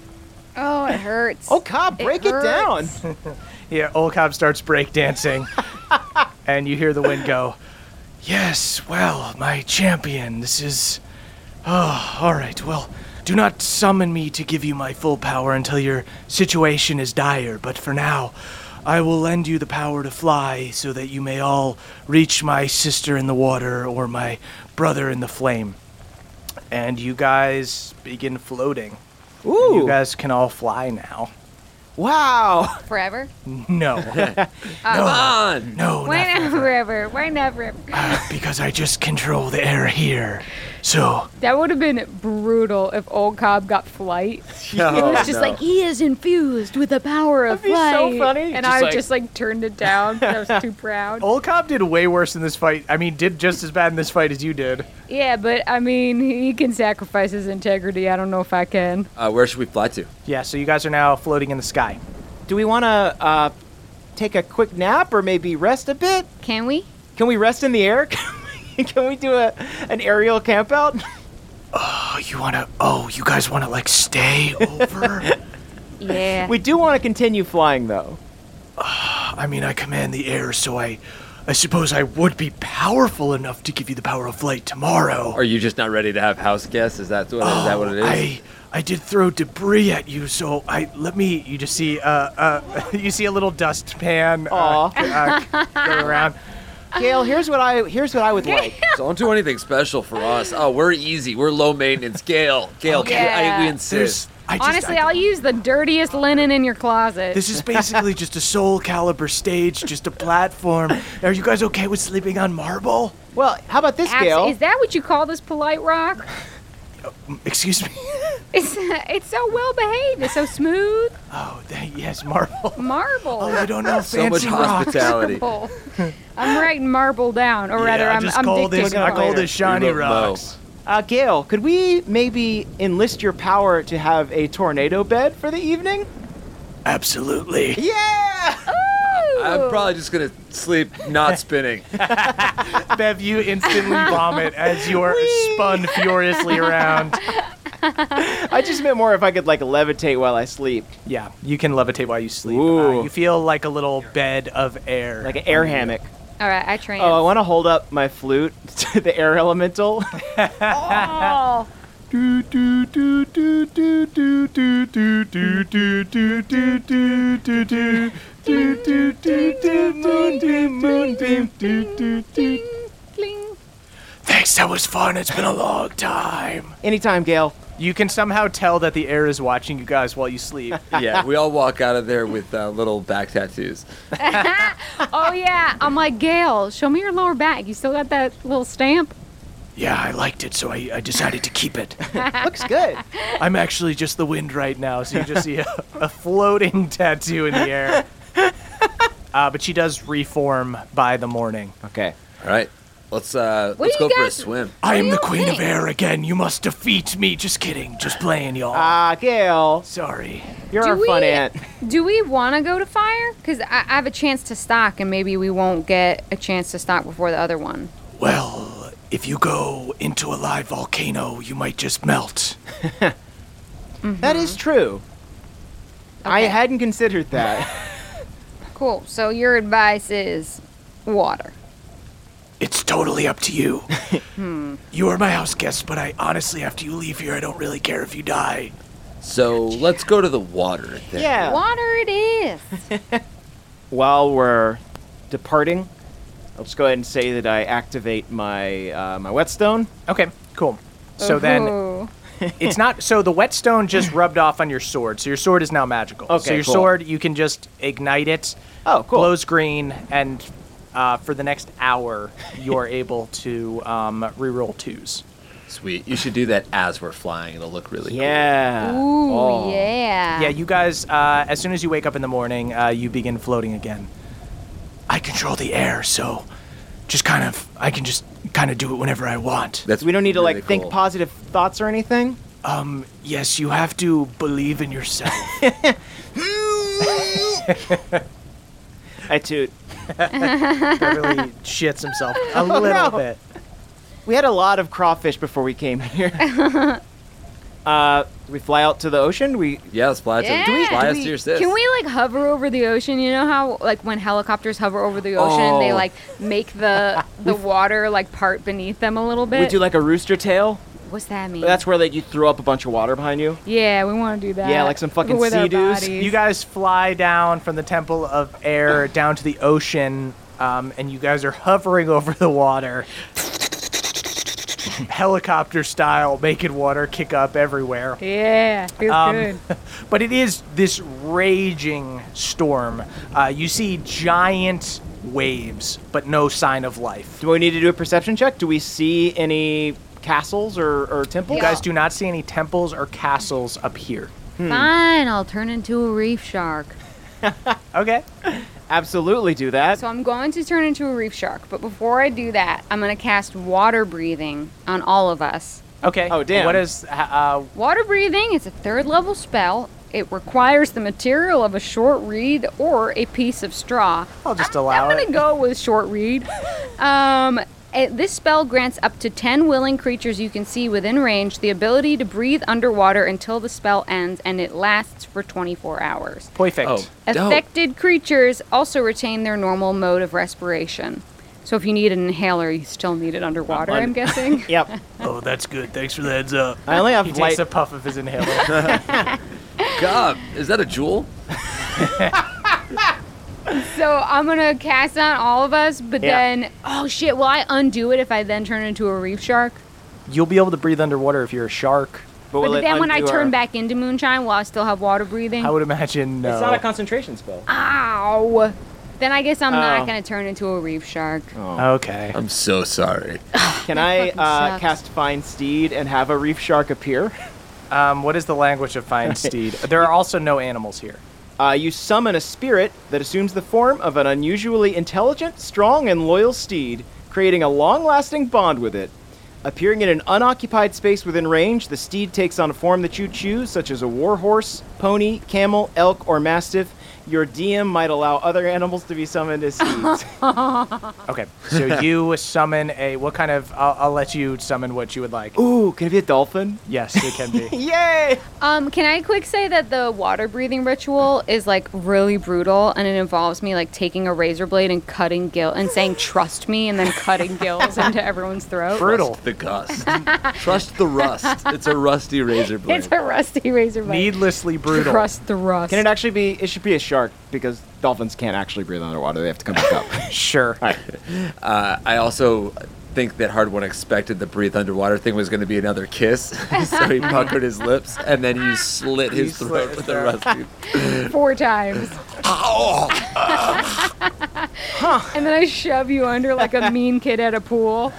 S2: oh, it hurts.
S4: Oh Cobb,
S2: It
S4: break it, down.
S2: hurts.
S1: Yeah, old Cobb starts breakdancing. and you hear the wind go, Yes, well, my champion, this is. Oh, all right, well, do not summon me to give you my full power until your situation is dire, but for now, I will lend you the power to fly so that you may all reach my sister in the water or my brother in the flame. And you guys begin floating.
S4: Ooh.
S1: You guys can all fly now.
S4: wow.
S2: Forever?
S1: No.
S3: Come on.
S1: No, not
S2: Why not forever? Why not forever?
S1: because I just control the air here. So,
S2: That would have been brutal if old Cobb got flight. it
S3: Oh, No,
S2: was just like he is infused with the power of
S4: That'd be so
S2: flight.
S4: funny.
S2: And
S4: Just
S2: I
S4: like-
S2: just like turned it down. 'cause I was too proud.
S1: Old Cobb did way worse in this fight. I mean, did just as bad in this fight as you did.
S2: Yeah, but I mean, he can sacrifice his integrity. I don't know if I can.
S3: Uh, where should we fly to?
S1: Yeah, so you guys are now floating in the sky.
S4: Do we want to uh, take a quick nap or maybe rest a bit?
S2: Can we?
S4: Can we rest in the air? Can we do a an aerial camp out?
S1: Oh, you want to Oh, you guys want to like stay over?
S2: Yeah.
S4: We do want to continue flying though.
S1: I mean, I command the air, so I I suppose I would be powerful enough to give you the power of flight tomorrow.
S3: Are you just not ready to have house guests? Is that what, is that what it is?
S2: Oh,
S1: I I did throw debris at you, so I let me. You just see uh uh you see a little dustpan uh, uh, go around.
S4: Gail, here's what I here's what I would like.
S3: Don't do anything special for us. Oh, we're easy. We're low maintenance. Gail, Gail,
S2: Yeah.
S3: I, we
S1: There's
S3: insist.
S1: I just,
S2: Honestly,
S1: I,
S2: I'll use the dirtiest linen in your closet.
S1: This is basically just a soul caliber stage, just a platform. Are you guys okay with sleeping on marble?
S4: Well, how about this,
S2: Ax-
S4: Gail?
S2: is that what you call this polite rock?
S1: Excuse me.
S2: It's it's so well behaved. It's so smooth.
S1: Oh, th- yes, marble.
S2: Marble.
S1: Oh, I don't know
S3: so much
S1: fancy rocks.
S3: hospitality.
S2: Marble. I'm writing marble down, or rather,
S1: yeah, I
S2: I'm,
S1: just
S2: I'm
S1: call this.
S2: dictating
S1: I call
S2: later.
S1: this shiny
S3: We wrote Mo.
S1: rocks.
S4: Uh, Gail, could we maybe enlist your power to have a tornado bed for the evening?
S1: Absolutely.
S4: Yeah!
S3: I'm probably just gonna sleep not spinning.
S1: Bev, you instantly vomit as you are spun furiously around.
S4: I just meant more if I could like levitate while I sleep,
S1: Yeah, you can levitate while you sleep.
S4: Ooh.
S1: Uh, you feel like a little bed of air.
S4: like an
S2: Oh,
S4: air hammock.
S2: All right, I train.
S4: Oh, I want to hold up my flute to the air elemental.
S2: Oh,
S4: do do do do do do do do do do do do do do do. Do, do, do, do, moonbeam, moonbeam, do, do, do.
S2: cling.
S1: Thanks, that was fun. It's been a long time.
S4: Anytime, Gail.
S1: You can somehow tell that the air is watching you guys while you sleep.
S3: yeah, we all walk out of there with uh, little back tattoos.
S2: oh yeah. I'm like Gail. Show me your lower back. You still got that little stamp?
S1: Yeah, I liked it, so I, I decided to keep it.
S4: Looks good.
S1: I'm actually just the wind right now, so you just see a, a floating tattoo in the air. Uh, but she does reform by the morning.
S4: Okay.
S3: All right, let's uh,
S2: What
S3: let's
S2: do
S3: go
S2: you
S3: for a
S2: guys-
S3: swim.
S1: I
S2: am the queen of
S1: air again. You must defeat me. Just kidding. Just playing, y'all.
S4: Ah, Gail,
S1: Sorry.
S4: you're
S2: Do
S4: our fun
S2: we-
S4: aunt.
S2: Do we want to go to fire? Because I, I have a chance to stock, and maybe we won't get a chance to stock before the other one.
S1: Well, if you go into a live volcano, you might just melt.
S4: That is true. I
S2: Mm-hmm. Okay.
S4: hadn't considered that.
S2: Cool. So your advice is water.
S5: It's totally up to you.
S4: Hmm.
S5: You are my house guest, but I honestly, after you leave here, I don't really care if you die.
S3: So let's go to the water. Then.
S4: Yeah.
S2: Water it is.
S4: While we're departing, I'll just go ahead and say that I activate my uh, my whetstone.
S1: Okay, cool. So
S4: Uh-huh.
S1: then
S2: Ooh.
S1: it's not so the whetstone just rubbed off on your sword, so your sword is now magical. so
S4: Okay,
S1: your
S4: cool.
S1: sword you can just ignite it.
S4: Oh, cool.
S1: Glows green, and uh, for the next hour you're able to um, reroll twos.
S3: Sweet. You should do that as we're flying. It'll look really
S1: uh,
S4: Yeah.
S2: Ooh,
S1: oh.
S2: yeah.
S1: Yeah, you guys. Uh, as soon as you wake up in the morning, uh, you begin floating again.
S5: I control the air, so just kind of, I can just kind of do it whenever I want.
S3: cool. That's
S4: we don't need to like
S3: really
S4: think
S3: cool.
S4: positive thoughts or anything.
S5: Yes, you have to believe in yourself.
S4: I toot.
S1: Beverly shits himself a little bit.
S4: We had a lot of crawfish before we came here. uh, we fly out to the ocean. We
S3: Yeah, let's fly,
S2: Yeah.
S3: To,
S2: Do we-
S3: fly
S2: do
S3: us
S2: we-
S3: to your sis.
S2: Can we like hover over the ocean? You know how like when helicopters hover over the ocean and they
S3: Oh.
S2: like make the the water like part beneath them a little bit.
S4: we do like a rooster tail.
S2: What's that mean?
S4: That's where like you throw up a bunch of water behind you.
S2: yeah, we want to do that.
S4: Yeah, like some fucking
S2: But with our
S4: sea-doos.
S2: bodies.
S1: You guys fly down from the Temple of Air down to the ocean, um, and you guys are hovering over the water, helicopter style, making water kick up everywhere.
S2: Yeah, feels
S4: Um,
S2: good.
S1: But it is this raging storm. Uh, you see giant waves, but no sign of life.
S4: Do we need to do a perception check? Do we see any castles or, or temples?
S1: You guys do not see any temples or castles up here.
S4: hmm.
S2: Fine, I'll turn into a reef shark.
S1: Okay.
S4: absolutely do that.
S2: So I'm going to turn into a reef shark, but before I do that, I'm going to cast water breathing on all of us.
S1: Okay.
S4: Oh, damn.
S1: What is? Uh,
S2: Water breathing is a third level spell. It requires the material of a short reed or a piece of straw.
S1: I'll just
S2: I'm,
S1: allow
S2: I'm
S1: it.
S2: gonna go with short reed. um, eh, this spell grants up to 10 willing creatures you can see within range the ability to breathe underwater until the spell ends, and it lasts for 24 hours.
S1: perfect.
S3: Oh, dope.
S2: Affected creatures also retain their normal mode of respiration. So if you need an inhaler, you still need it underwater, I'm guessing.
S4: Yep.
S5: oh, that's good. Thanks for the heads up.
S4: I only have
S1: He
S4: light.
S1: takes a puff of his inhaler.
S3: God, is that a jewel?
S2: So I'm gonna cast on all of us, but
S4: Yeah.
S2: then oh shit, will I undo it if I then turn into a reef shark?
S1: You'll be able to breathe underwater if you're a shark.
S4: will
S2: but
S4: it
S2: then when I
S4: undo
S2: turn
S4: our-
S2: back into moonshine, will I still have water breathing?
S1: I would imagine no.
S4: It's not a concentration spell.
S2: Ah, Ow! Then I guess I'm
S4: Oh.
S2: not gonna turn into a reef shark.
S1: okay.
S3: I'm so sorry.
S4: Can I
S2: fucking
S4: uh,
S2: sucks.
S4: cast Fine Steed and have a reef shark appear?
S1: Um, what is the language of fine steed? There are also no animals here.
S4: Uh, you summon a spirit that assumes the form of an unusually intelligent, strong, and loyal steed, creating a long lasting bond with it. Appearing in an unoccupied space within range, the steed takes on a form that you choose, such as a warhorse, pony, camel, elk, or mastiff. Your DM might allow other animals to be summoned as steeds.
S1: Okay, so you summon a what kind of? I'll, I'll let you summon what you would like.
S4: Ooh, can it be a dolphin?
S1: Yes, it can be.
S4: Yay!
S2: Um, can I quick say that the water breathing ritual is like really brutal, and it involves me like taking a razor blade and cutting gill and saying "trust me" and then cutting gills into everyone's throat.
S1: Brutal.
S3: Trust the gust. Trust the rust. It's a rusty razor blade.
S2: It's a rusty razor blade.
S1: Needlessly brutal.
S2: Trust the rust.
S4: Can it actually be? It should be a shark because dolphins can't actually breathe underwater. They have to come back up.
S1: Sure.
S3: Uh, I also think that Hard One expected the breathe underwater thing was going to be another kiss, so he puckered his lips and then you slit his
S1: slit
S3: throat
S1: his
S3: with a
S1: throat.
S3: rusty.
S2: four times. And then I shove you under like a mean kid at a pool,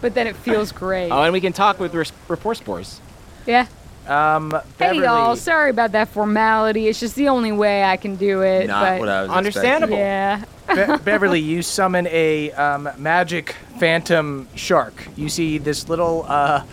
S2: but then it feels great.
S1: Uh,
S4: oh, and we can talk with res- rapport spores.
S2: yeah.
S1: Beverly,
S2: Hey y'all, sorry about that formality. It's just the only way I can do it.
S3: Not
S2: but
S3: what I was
S4: Understandable.
S2: yeah.
S1: Be- Beverly, you summon a um, magic phantom shark. You see this little, uh,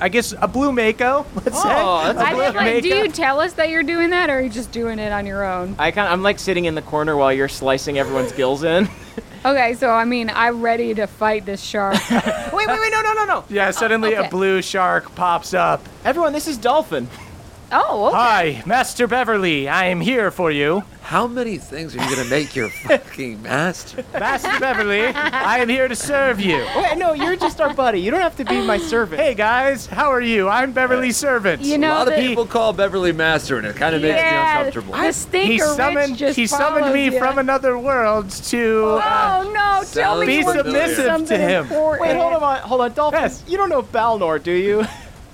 S1: I guess, a blue mako. Let's
S4: Oh,
S1: say.
S4: that's
S2: I didn't, like, do
S1: Mako.
S2: you tell us that you're doing that, or are you just doing it on your own?
S4: I kind I'm like sitting in the corner while you're slicing everyone's gills in.
S2: Okay, so I mean, I'm ready to fight this shark.
S4: wait, wait, wait, no, no, no, no.
S1: Yeah, suddenly
S2: okay.
S1: a blue shark pops up.
S4: Everyone, this is Dolphin.
S2: oh, okay.
S1: Hi, Master Beverly. I am here for you.
S3: How many things are you gonna make your fucking master?
S1: Master Beverly, I am here to serve you.
S4: Wait, Oh, no, you're just our buddy. You don't have to be my servant.
S1: Hey guys, how are you? I'm Beverly's servant.
S2: You know,
S3: a lot of
S2: the-
S3: people call Beverly master, and it kind of makes
S2: yeah,
S3: me uncomfortable.
S2: The stinker
S1: he summoned
S2: witch just
S1: he summoned
S2: follows
S1: me
S2: you.
S1: from another world to uh,
S6: Oh no! Tell me
S3: Be
S6: you were doing
S1: submissive to
S6: something
S1: him.
S6: important.
S4: Wait, hold on, hold on, Dolphin.
S1: Yes.
S4: You don't know Balnor, do you?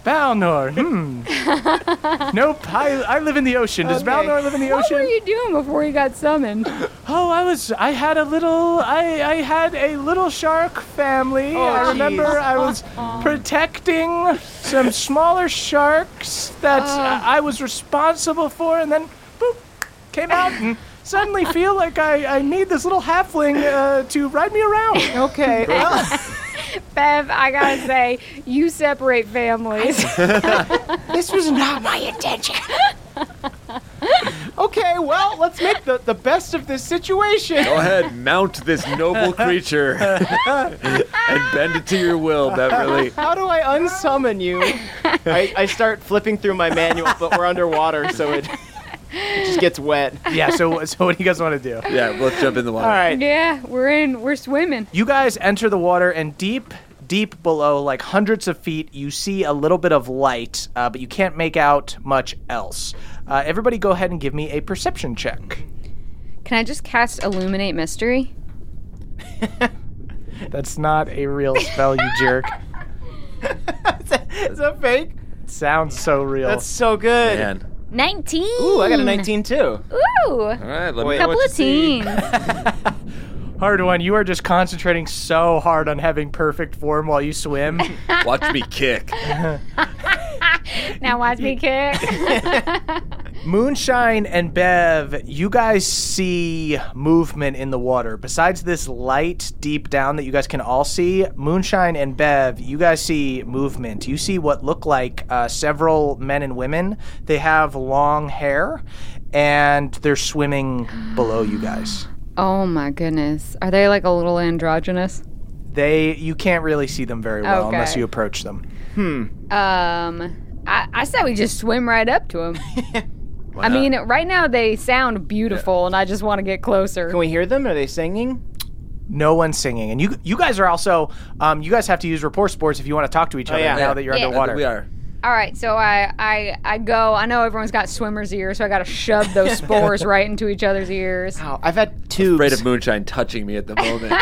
S1: Balnor. Hmm. nope, I, I live in the ocean. Does
S4: Okay.
S1: Balnor live in the
S2: What
S1: ocean?
S2: were you doing before you got summoned?
S1: Oh, I was. I had a little. I I had a little shark family. I remember I was protecting some smaller sharks that I was responsible for, and then boop came out and suddenly feel like I I need this little halfling uh, to ride me around.
S4: Oh, Okay. Uh, well,
S6: Bev, I gotta say, you separate families.
S4: this was not my intention. okay, well, let's make the, the best of this situation.
S3: Go ahead, mount this noble creature and bend it to your will, Beverly.
S4: How do I unsummon you? I, I start flipping through my manual, but we're underwater, so it, it just gets wet.
S1: yeah. So so what do you guys want to do?
S3: Yeah, let's jump in the water.
S4: All right.
S2: yeah, we're in. We're swimming.
S1: You guys enter the water, and deep, deep below, like hundreds of feet, you see a little bit of light, uh, but you can't make out much else. Uh, everybody, go ahead and give me a perception check.
S2: Can I just cast illuminate mystery?
S1: That's not a real spell, you jerk.
S4: Is that fake?
S1: Sounds so real.
S4: That's so good.
S3: Man.
S6: 19.
S4: Ooh, I got a 19 too.
S2: Ooh,
S3: All right, let me know
S2: couple
S3: what
S2: of teens.
S1: Hard one. You are just concentrating so hard on having perfect form while you swim.
S3: you- Watch me kick.
S6: Now watch me kick.
S1: Moonshine and Bev, you guys see movement in the water. Besides this light deep down that you guys can all see, Moonshine and Bev, you guys see movement. You see what look like uh, several men and women. They have long hair and they're swimming below you guys.
S2: Oh my goodness, are they like a little androgynous?
S1: They you can't really see them very well
S2: Okay.
S1: unless you approach them.
S2: Um, I, I said we just swim right up to them. I mean, right now they sound beautiful, and I just want to get closer.
S4: Can we hear them? Are they singing?
S1: No one's singing, and you you guys are also um, you guys have to use rapport sports if you want to talk to each other
S4: yeah.
S1: now that you're
S2: Yeah.
S1: underwater.
S3: We are.
S2: All right, so I, I I go. I know everyone's got swimmer's ears, so I got to shove those spores right into each other's ears.
S4: Wow, I've had two.
S3: Afraid of moonshine touching me at the moment.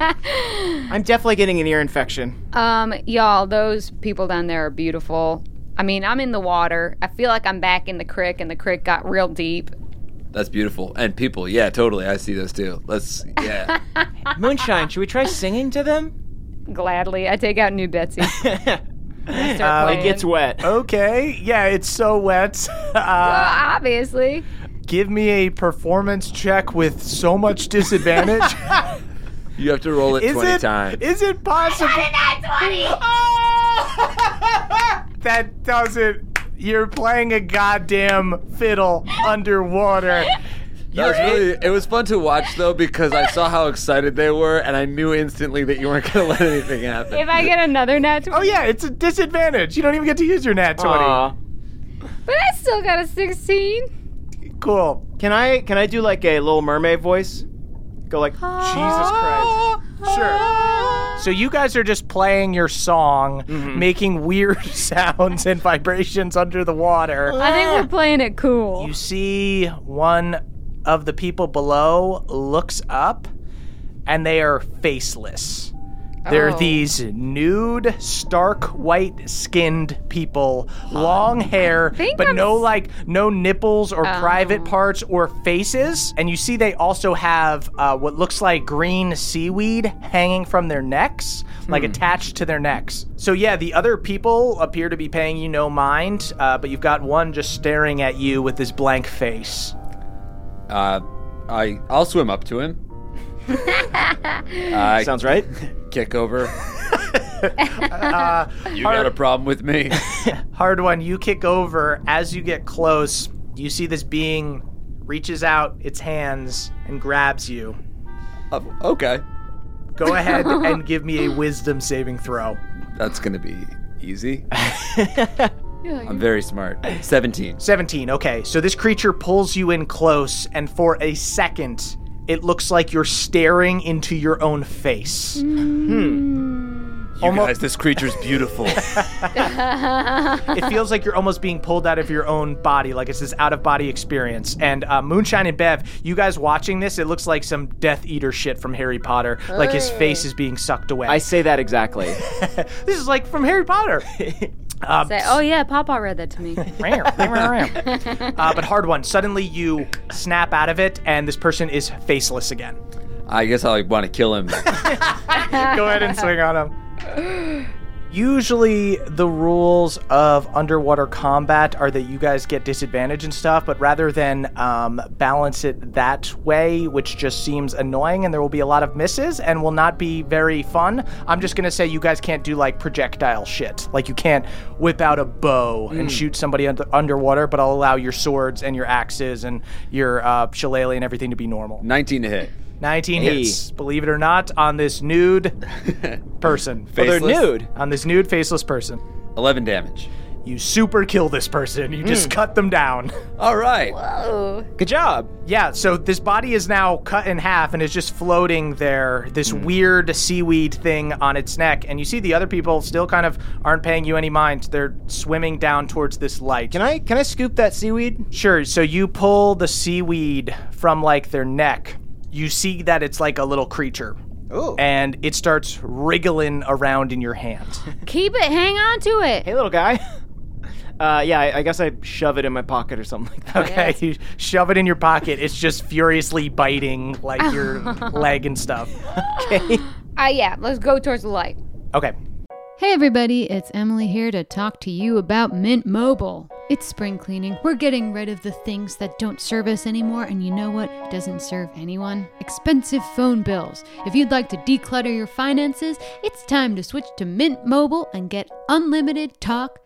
S4: I'm definitely getting an ear infection.
S2: Um, y'all, those people down there are beautiful. I mean, I'm in the water. I feel like I'm back in the creek, and the creek got real deep.
S3: That's beautiful. And people, yeah, totally. I see those too. Let's, yeah.
S4: Moonshine, should we try singing to them?
S2: Gladly, I take out New Betsy.
S1: Uh,
S2: I start
S4: It
S2: playing.
S4: gets wet.
S1: Okay, yeah, it's so wet.
S2: Well,
S1: Uh,
S2: obviously.
S1: give me a performance check with so much disadvantage.
S3: You have to roll it
S1: is
S3: 20
S1: it
S3: times.
S1: is it possible? Oh! that doesn't. You're playing a goddamn fiddle underwater.
S3: That was really, it was fun to watch though because I saw how excited they were and I knew instantly that you weren't going to let anything happen.
S2: If I get another nat 20,
S1: Oh yeah, it's a disadvantage. You don't even get to use your nat twenty.
S4: Aw.
S2: but I still got a 16.
S1: Cool.
S4: Can I can I do like a Little Mermaid voice? Go like
S1: Jesus Christ. Sure. So you guys are just playing your song, making weird sounds and vibrations under the water.
S2: I think we're playing it cool.
S1: Ah. You see one of the people below looks up and they are faceless. They're
S2: Oh.
S1: these nude, stark white skinned people, long hair,
S2: think
S1: but
S2: I'm
S1: no like no nipples or private parts or faces. And you see they also have uh, what looks like green seaweed hanging from their necks, like attached to their necks. So yeah, the other people appear to be paying you no mind, uh, but you've got one just staring at you with this blank face.
S3: Uh, I I'll swim up to him. I
S4: sounds right.
S3: kick over. Uh, you got a problem with me?
S1: Hard one. You kick over. As you get close, you see this being reaches out its hands and grabs you.
S3: Uh, okay,
S1: Go ahead and give me a wisdom saving throw.
S3: that's gonna be easy. I'm very smart. 17.
S1: 17. Okay, so this creature pulls you in close, and for a second, it looks like you're staring into your own face.
S7: You guys, this creature's beautiful.
S1: it feels like you're almost being pulled out of your own body, like it's this out of body experience. And uh, Moonshine and Bev, you guys watching this, it looks like some Death Eater shit from Harry Potter. Like his face is being sucked away.
S4: I say that exactly.
S1: this is like from Harry Potter. Um,
S2: Say, oh yeah, Papa read that to me.
S1: uh, but hard one. Suddenly you snap out of it, and this person is faceless again.
S3: I guess I want to kill him.
S1: Go ahead and swing on him. Usually, the rules of underwater combat are that you guys get disadvantage and stuff, but rather than um, balance it that way, which just seems annoying and there will be a lot of misses and will not be very fun, I'm just going to say you guys can't do like projectile shit. Like, you can't whip out a bow and shoot somebody under- underwater, but I'll allow your swords and your axes and your uh, shillelagh and everything to be normal.
S3: 19 to hit.
S1: 19 hits, believe it or not, on this nude person.
S4: They're
S3: Faceless.
S4: nude.
S1: on this nude faceless person.
S3: 11 damage.
S1: You super kill this person. You just cut them down.
S3: All right.
S2: Oh,
S4: Good job.
S1: Yeah, so this body is now cut in half and is just floating there, this weird seaweed thing on its neck. And you see the other people still kind of aren't paying you any mind. They're swimming down towards this light.
S4: Can I can I scoop that seaweed?
S1: Sure. So you pull the seaweed from like their neck. You see that it's like a little creature.
S4: Ooh.
S1: And it starts wriggling around in your hand.
S2: keep it. Hang on to it.
S4: Hey, little guy. Uh, yeah, I, I guess I shove it in my pocket or something like that.
S1: Okay, you shove it in your pocket. It's just furiously biting like your leg and stuff.
S2: Ah, yeah. Let's go towards the light.
S1: Okay.
S8: Hey everybody, it's Emily here to talk to you about Mint Mobile. It's spring cleaning. We're getting rid of the things that don't serve us anymore, and you know what doesn't serve anyone? Expensive phone bills. If you'd like to declutter your finances, it's time to switch to Mint Mobile and get unlimited talk,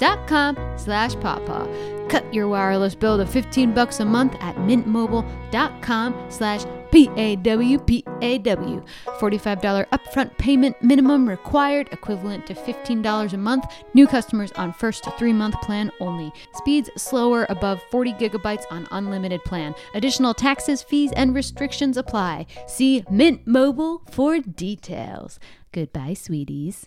S8: mintmobile.com slash pawpaw. Cut your wireless bill to 15 bucks a month at mintmobile.com slash P-A-W-P-A-W. $45 upfront payment minimum required, equivalent to $15 a month. New customers on first three-month plan only. Speeds slower above 40 gigabytes on unlimited plan. Additional taxes, fees, and restrictions apply. See Mint Mobile for details. Goodbye, sweeties.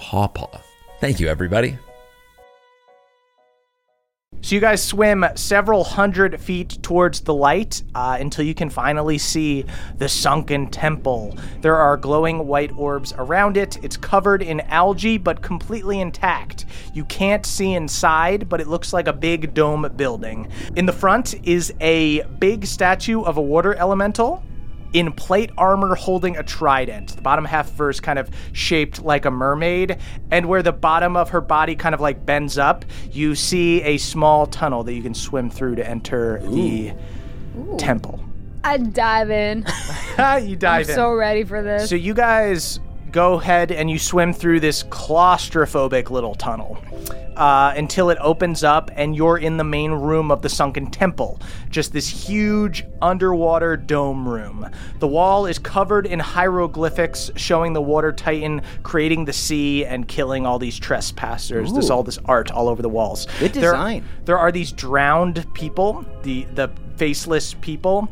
S9: pawpaw. Thank you, everybody.
S1: So you guys swim several hundred feet towards the light uh, until you can finally see the sunken temple. There are glowing white orbs around it. It's covered in algae, but completely intact. You can't see inside, but it looks like a big dome building. In the front is a big statue of a water elemental in plate armor holding a trident. The bottom half of her is kind of shaped like a mermaid, and where the bottom of her body kind of like bends up, you see a small tunnel that you can swim through to enter the temple.
S2: I dive in.
S1: you dive in.
S2: So ready for this.
S1: So you guys go ahead and you swim through this claustrophobic little tunnel uh, until it opens up and you're in the main room of the sunken temple. Just this huge underwater dome room. The wall is covered in hieroglyphics showing the water titan creating the sea and killing all these trespassers. There's
S4: Ooh.
S1: all this art all over the walls.
S4: Good
S1: There-
S4: design.
S1: there are these drowned people, the the faceless people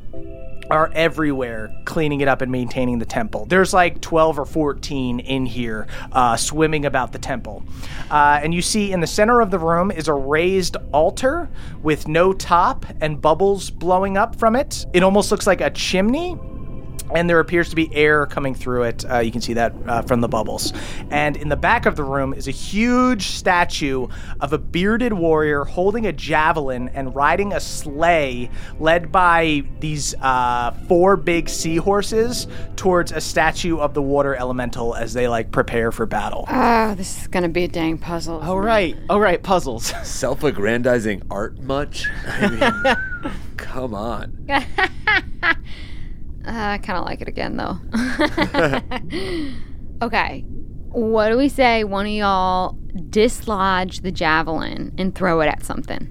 S1: are everywhere cleaning it up and maintaining the temple. There's like 12 or 14 in here uh, swimming about the temple. Uh, and you see in the center of the room is a raised altar with no top and bubbles blowing up from it. It almost looks like a chimney, and there appears to be air coming through it. Uh, you can see that uh, from the bubbles. And in the back of the room is a huge statue of a bearded warrior holding a javelin and riding a sleigh led by these uh, four big seahorses towards a statue of the water elemental as they like prepare for battle.
S2: Oh, this is gonna be a dang puzzle.
S1: Oh,
S2: All
S4: right, all right, puzzles.
S3: Self-aggrandizing art much? I mean, come on.
S2: Uh, I kind of like it again though. okay, what do we say? One of y'all dislodge the javelin and throw it at something.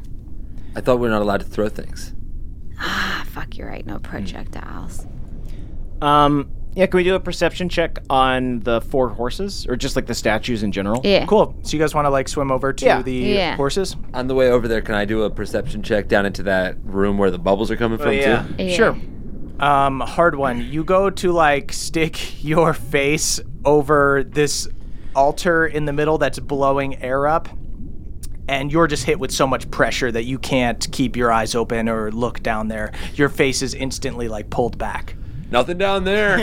S3: I thought we were not allowed to throw things.
S2: Ah, fuck, you're right.
S1: Hmm.
S2: No projectiles.
S4: Um, yeah, can we do a perception check on the four horses, or just like the statues in general?
S2: Yeah.
S1: Cool. So you guys want to like swim over to the
S2: Yeah.
S1: horses?
S3: On the way over there, can I do a perception check down into that room where the bubbles are coming from too?
S1: Sure. Um, hard one. You go to like stick your face over this altar in the middle that's blowing air up, and you're just hit with so much pressure that you can't keep your eyes open or look down there. Your face is instantly like pulled back.
S3: Nothing down there.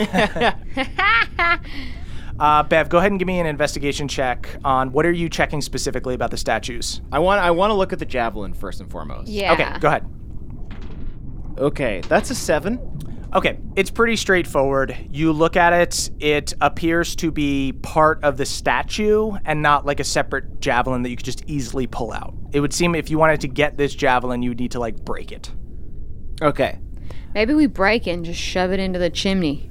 S1: Uh, Bev, go ahead and give me an investigation check on what are you checking specifically about the statues.
S4: I want I want to look at the javelin first and foremost.
S1: Yeah. Okay, go ahead.
S4: Okay, that's a seven.
S1: Okay, it's pretty straightforward. You look at it, it appears to be part of the statue and not like a separate javelin that you could just easily pull out. It would seem if you wanted to get this javelin, you would need to like break it.
S4: Okay.
S2: Maybe we break it and just shove it into the chimney.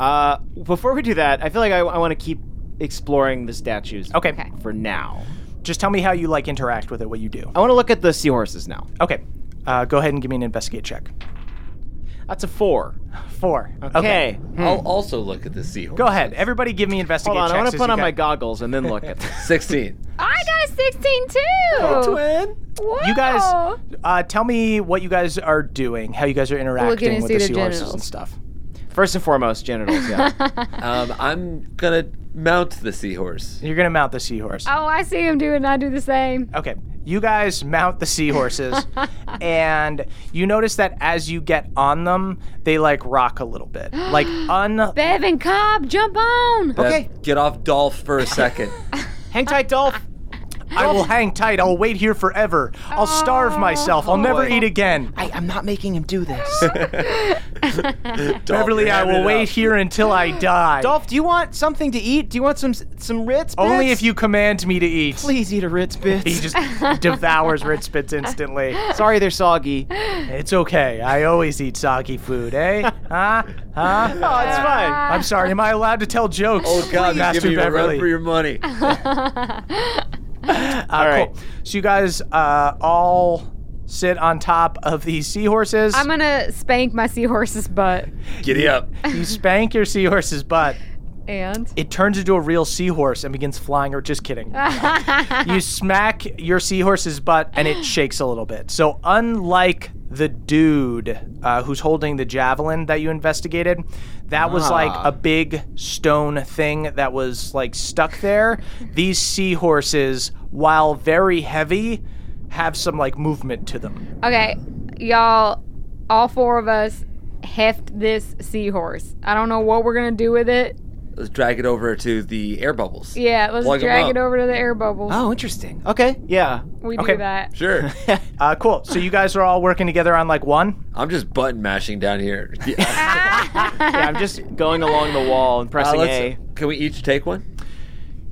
S4: Uh, before we do that, I feel like I, I want to keep exploring the statues.
S1: Okay.
S4: For now,
S1: just tell me how you like interact with it, what you do.
S4: I want to look at the seahorses now.
S1: Okay, uh, go ahead and give me an investigate check.
S4: That's a four.
S1: Four. Okay.
S3: I'll also look at the
S1: Hmm.
S3: seahorse.
S1: Go ahead. Everybody give me investigate
S4: Hold
S1: checks
S4: on, I want
S1: as
S4: to put
S1: you
S4: on
S1: can.
S4: my goggles and then look at them.
S3: Sixteen.
S2: I got a 16 too.
S4: twin.
S1: Oh, You guys, uh, tell me what you guys are doing, how you guys are interacting
S2: gonna
S1: with
S2: see
S1: the
S2: the
S1: seahorses and
S2: genitals.
S1: stuff.
S4: First and foremost, genitals. Yeah.
S3: um, I'm gonna mount the seahorse.
S1: You're gonna mount the seahorse.
S2: Oh, I see him do it and I do the same.
S1: Okay, you guys mount the seahorses, and you notice that as you get on them, they like rock a little bit, like un.
S2: Bev and Cobb, jump on.
S3: Bev, Get off Dolph for a second.
S4: hang tight, Dolph.
S1: I will hang tight. I'll wait here forever. I'll starve myself. I'll never eat again.
S4: I, I'm not making him do this.
S1: Beverly, I will wait here until I die.
S4: Dolph, do you want something to eat? Do you want some some Ritz?
S1: Only
S4: Bits?
S1: if you command me to eat.
S4: Please eat a Ritz Bits.
S1: He just devours Ritz Bits instantly.
S4: Sorry, they're soggy.
S1: It's okay. I always eat soggy food, eh? Huh? Huh?
S4: Oh, it's fine.
S1: I'm sorry. Am I allowed to tell jokes?
S3: Oh God, he's
S1: Master
S3: giving you a
S1: Beverly.
S3: run for your money.
S1: Uh,
S4: All right.
S1: Cool. So you guys uh, all sit on top of these seahorses.
S2: I'm gonna spank my seahorse's butt.
S3: Giddy up.
S1: you spank your seahorse's butt.
S2: And
S1: It turns into a real seahorse and begins flying. Or just kidding. you smack your seahorse's butt and it shakes a little bit. So unlike the dude uh, who's holding the javelin that you investigated, that was like
S4: Ah.
S1: a big stone thing that was like stuck there. These seahorses, while very heavy, have some like movement to them.
S2: okay, y'all, all four of us heft this seahorse. I don't know what we're gonna do with it.
S3: Let's drag it over to the air bubbles.
S2: Yeah, let's
S3: Plug 'em
S2: drag it
S3: up.
S2: over to the air bubbles.
S4: Oh, interesting. Okay. Yeah.
S2: we
S1: okay.
S2: do that.
S3: Sure.
S1: Uh, cool. So you guys are all working together on like one.
S3: I'm just button mashing down here. Yeah.
S4: Yeah, I'm just going along the wall and
S3: Uh,
S4: pressing
S3: let's-
S4: A.
S3: Can we each take one?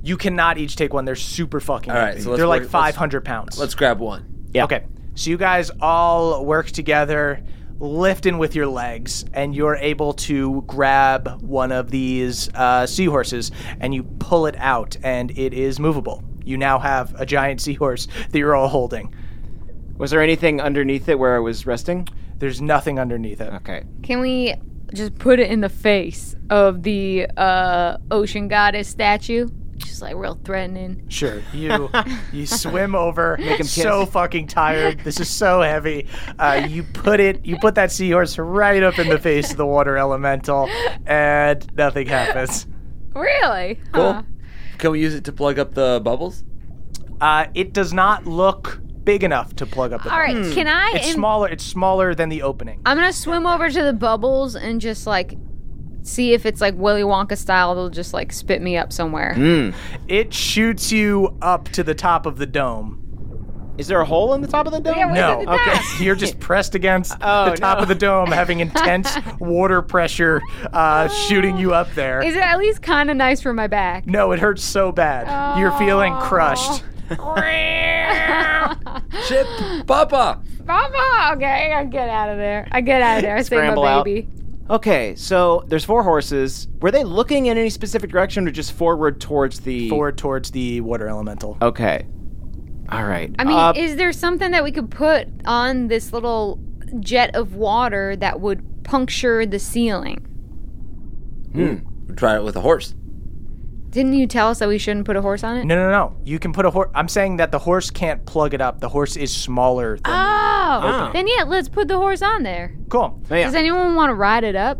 S1: You cannot each take one. They're super fucking.
S3: All right,
S1: heavy.
S3: so let's
S1: They're like
S3: work- let's-
S1: 500 pounds.
S3: Let's grab one.
S4: Yeah.
S1: Okay. So you guys all work together. lifting with your legs, and you're able to grab one of these uh, seahorses and you pull it out, and it is movable. You now have a giant seahorse that you're all holding.
S4: Was there anything underneath it where I was resting?
S1: There's nothing underneath it.
S4: Okay.
S2: Can we just put it in the face of the uh, ocean goddess statue? Just like real threatening.
S1: Sure. You you swim over. so fucking tired. This is so heavy. Uh, you put it. You put that seahorse right up in the face of the water elemental, and nothing happens.
S2: Really?
S3: Cool.
S1: Uh-huh.
S3: Can we use it to plug up the bubbles?
S1: Uh, it does not look big enough to plug up the.
S2: All right, Uh,
S1: bubbles.
S2: can I
S1: Hmm. It's
S2: in-
S1: smaller. It's smaller than the opening.
S2: I'm gonna swim over to the bubbles and just like see if it's like Willy Wonka style. They'll just like spit me up somewhere.
S3: Hmm.
S1: It shoots you up to the top of the dome.
S4: Is there a hole in the top of the dome?
S2: Yeah, where's
S1: no.
S2: the
S1: okay. You're just pressed against
S2: Oh,
S1: the top of the dome, having intense water pressure uh, shooting you up there.
S2: Is it at least kind of nice for my back?
S1: No, it hurts so bad. You're feeling crushed.
S3: Chip, Papa.
S2: Mama, okay, I get out of there. I get out of there. I save
S4: Scramble
S2: my
S4: out.
S2: baby.
S4: Okay, so there's four horses. Were they looking in any specific direction or just forward towards the
S1: forward towards the water elemental?
S4: Okay. All right.
S2: I mean,
S4: Uh,
S2: is there something that we could put on this little jet of water that would puncture the ceiling?
S3: Hmm. Try it with a horse.
S2: Didn't you tell us that we shouldn't put a horse on it?
S1: No, no, no. You can put a horse. I'm saying that the horse can't plug it up. The horse is smaller. Than-
S2: Oh,
S1: Ah.
S2: then yeah, let's put the horse on there.
S1: cool.
S2: Does anyone want to ride it up?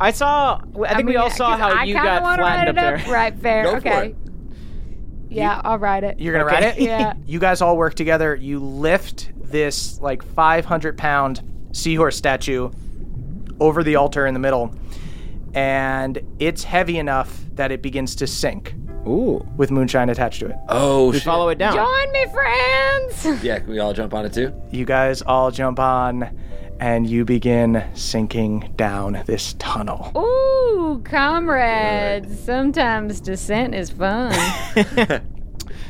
S4: I saw. I think we all saw how
S2: I
S4: you
S2: kinda
S4: got
S2: wanna
S4: flattened
S2: ride it
S4: up
S2: up.
S4: there.
S2: Right, fair.
S4: Go for
S2: okay. Yeah, I'll ride it.
S1: You're gonna
S2: Okay.
S1: ride it.
S2: Yeah.
S1: You guys all work together. You lift this like 500 pound seahorse statue over the altar in the middle, and it's heavy enough that it begins to sink.
S4: Ooh.
S1: With moonshine attached to it.
S3: Oh, shit.
S4: follow it
S2: Join me, friends.
S3: Yeah, can we all jump on it too?
S1: You guys all jump on, and you begin sinking down this tunnel.
S2: Ooh, comrades. Sometimes dissent is fun.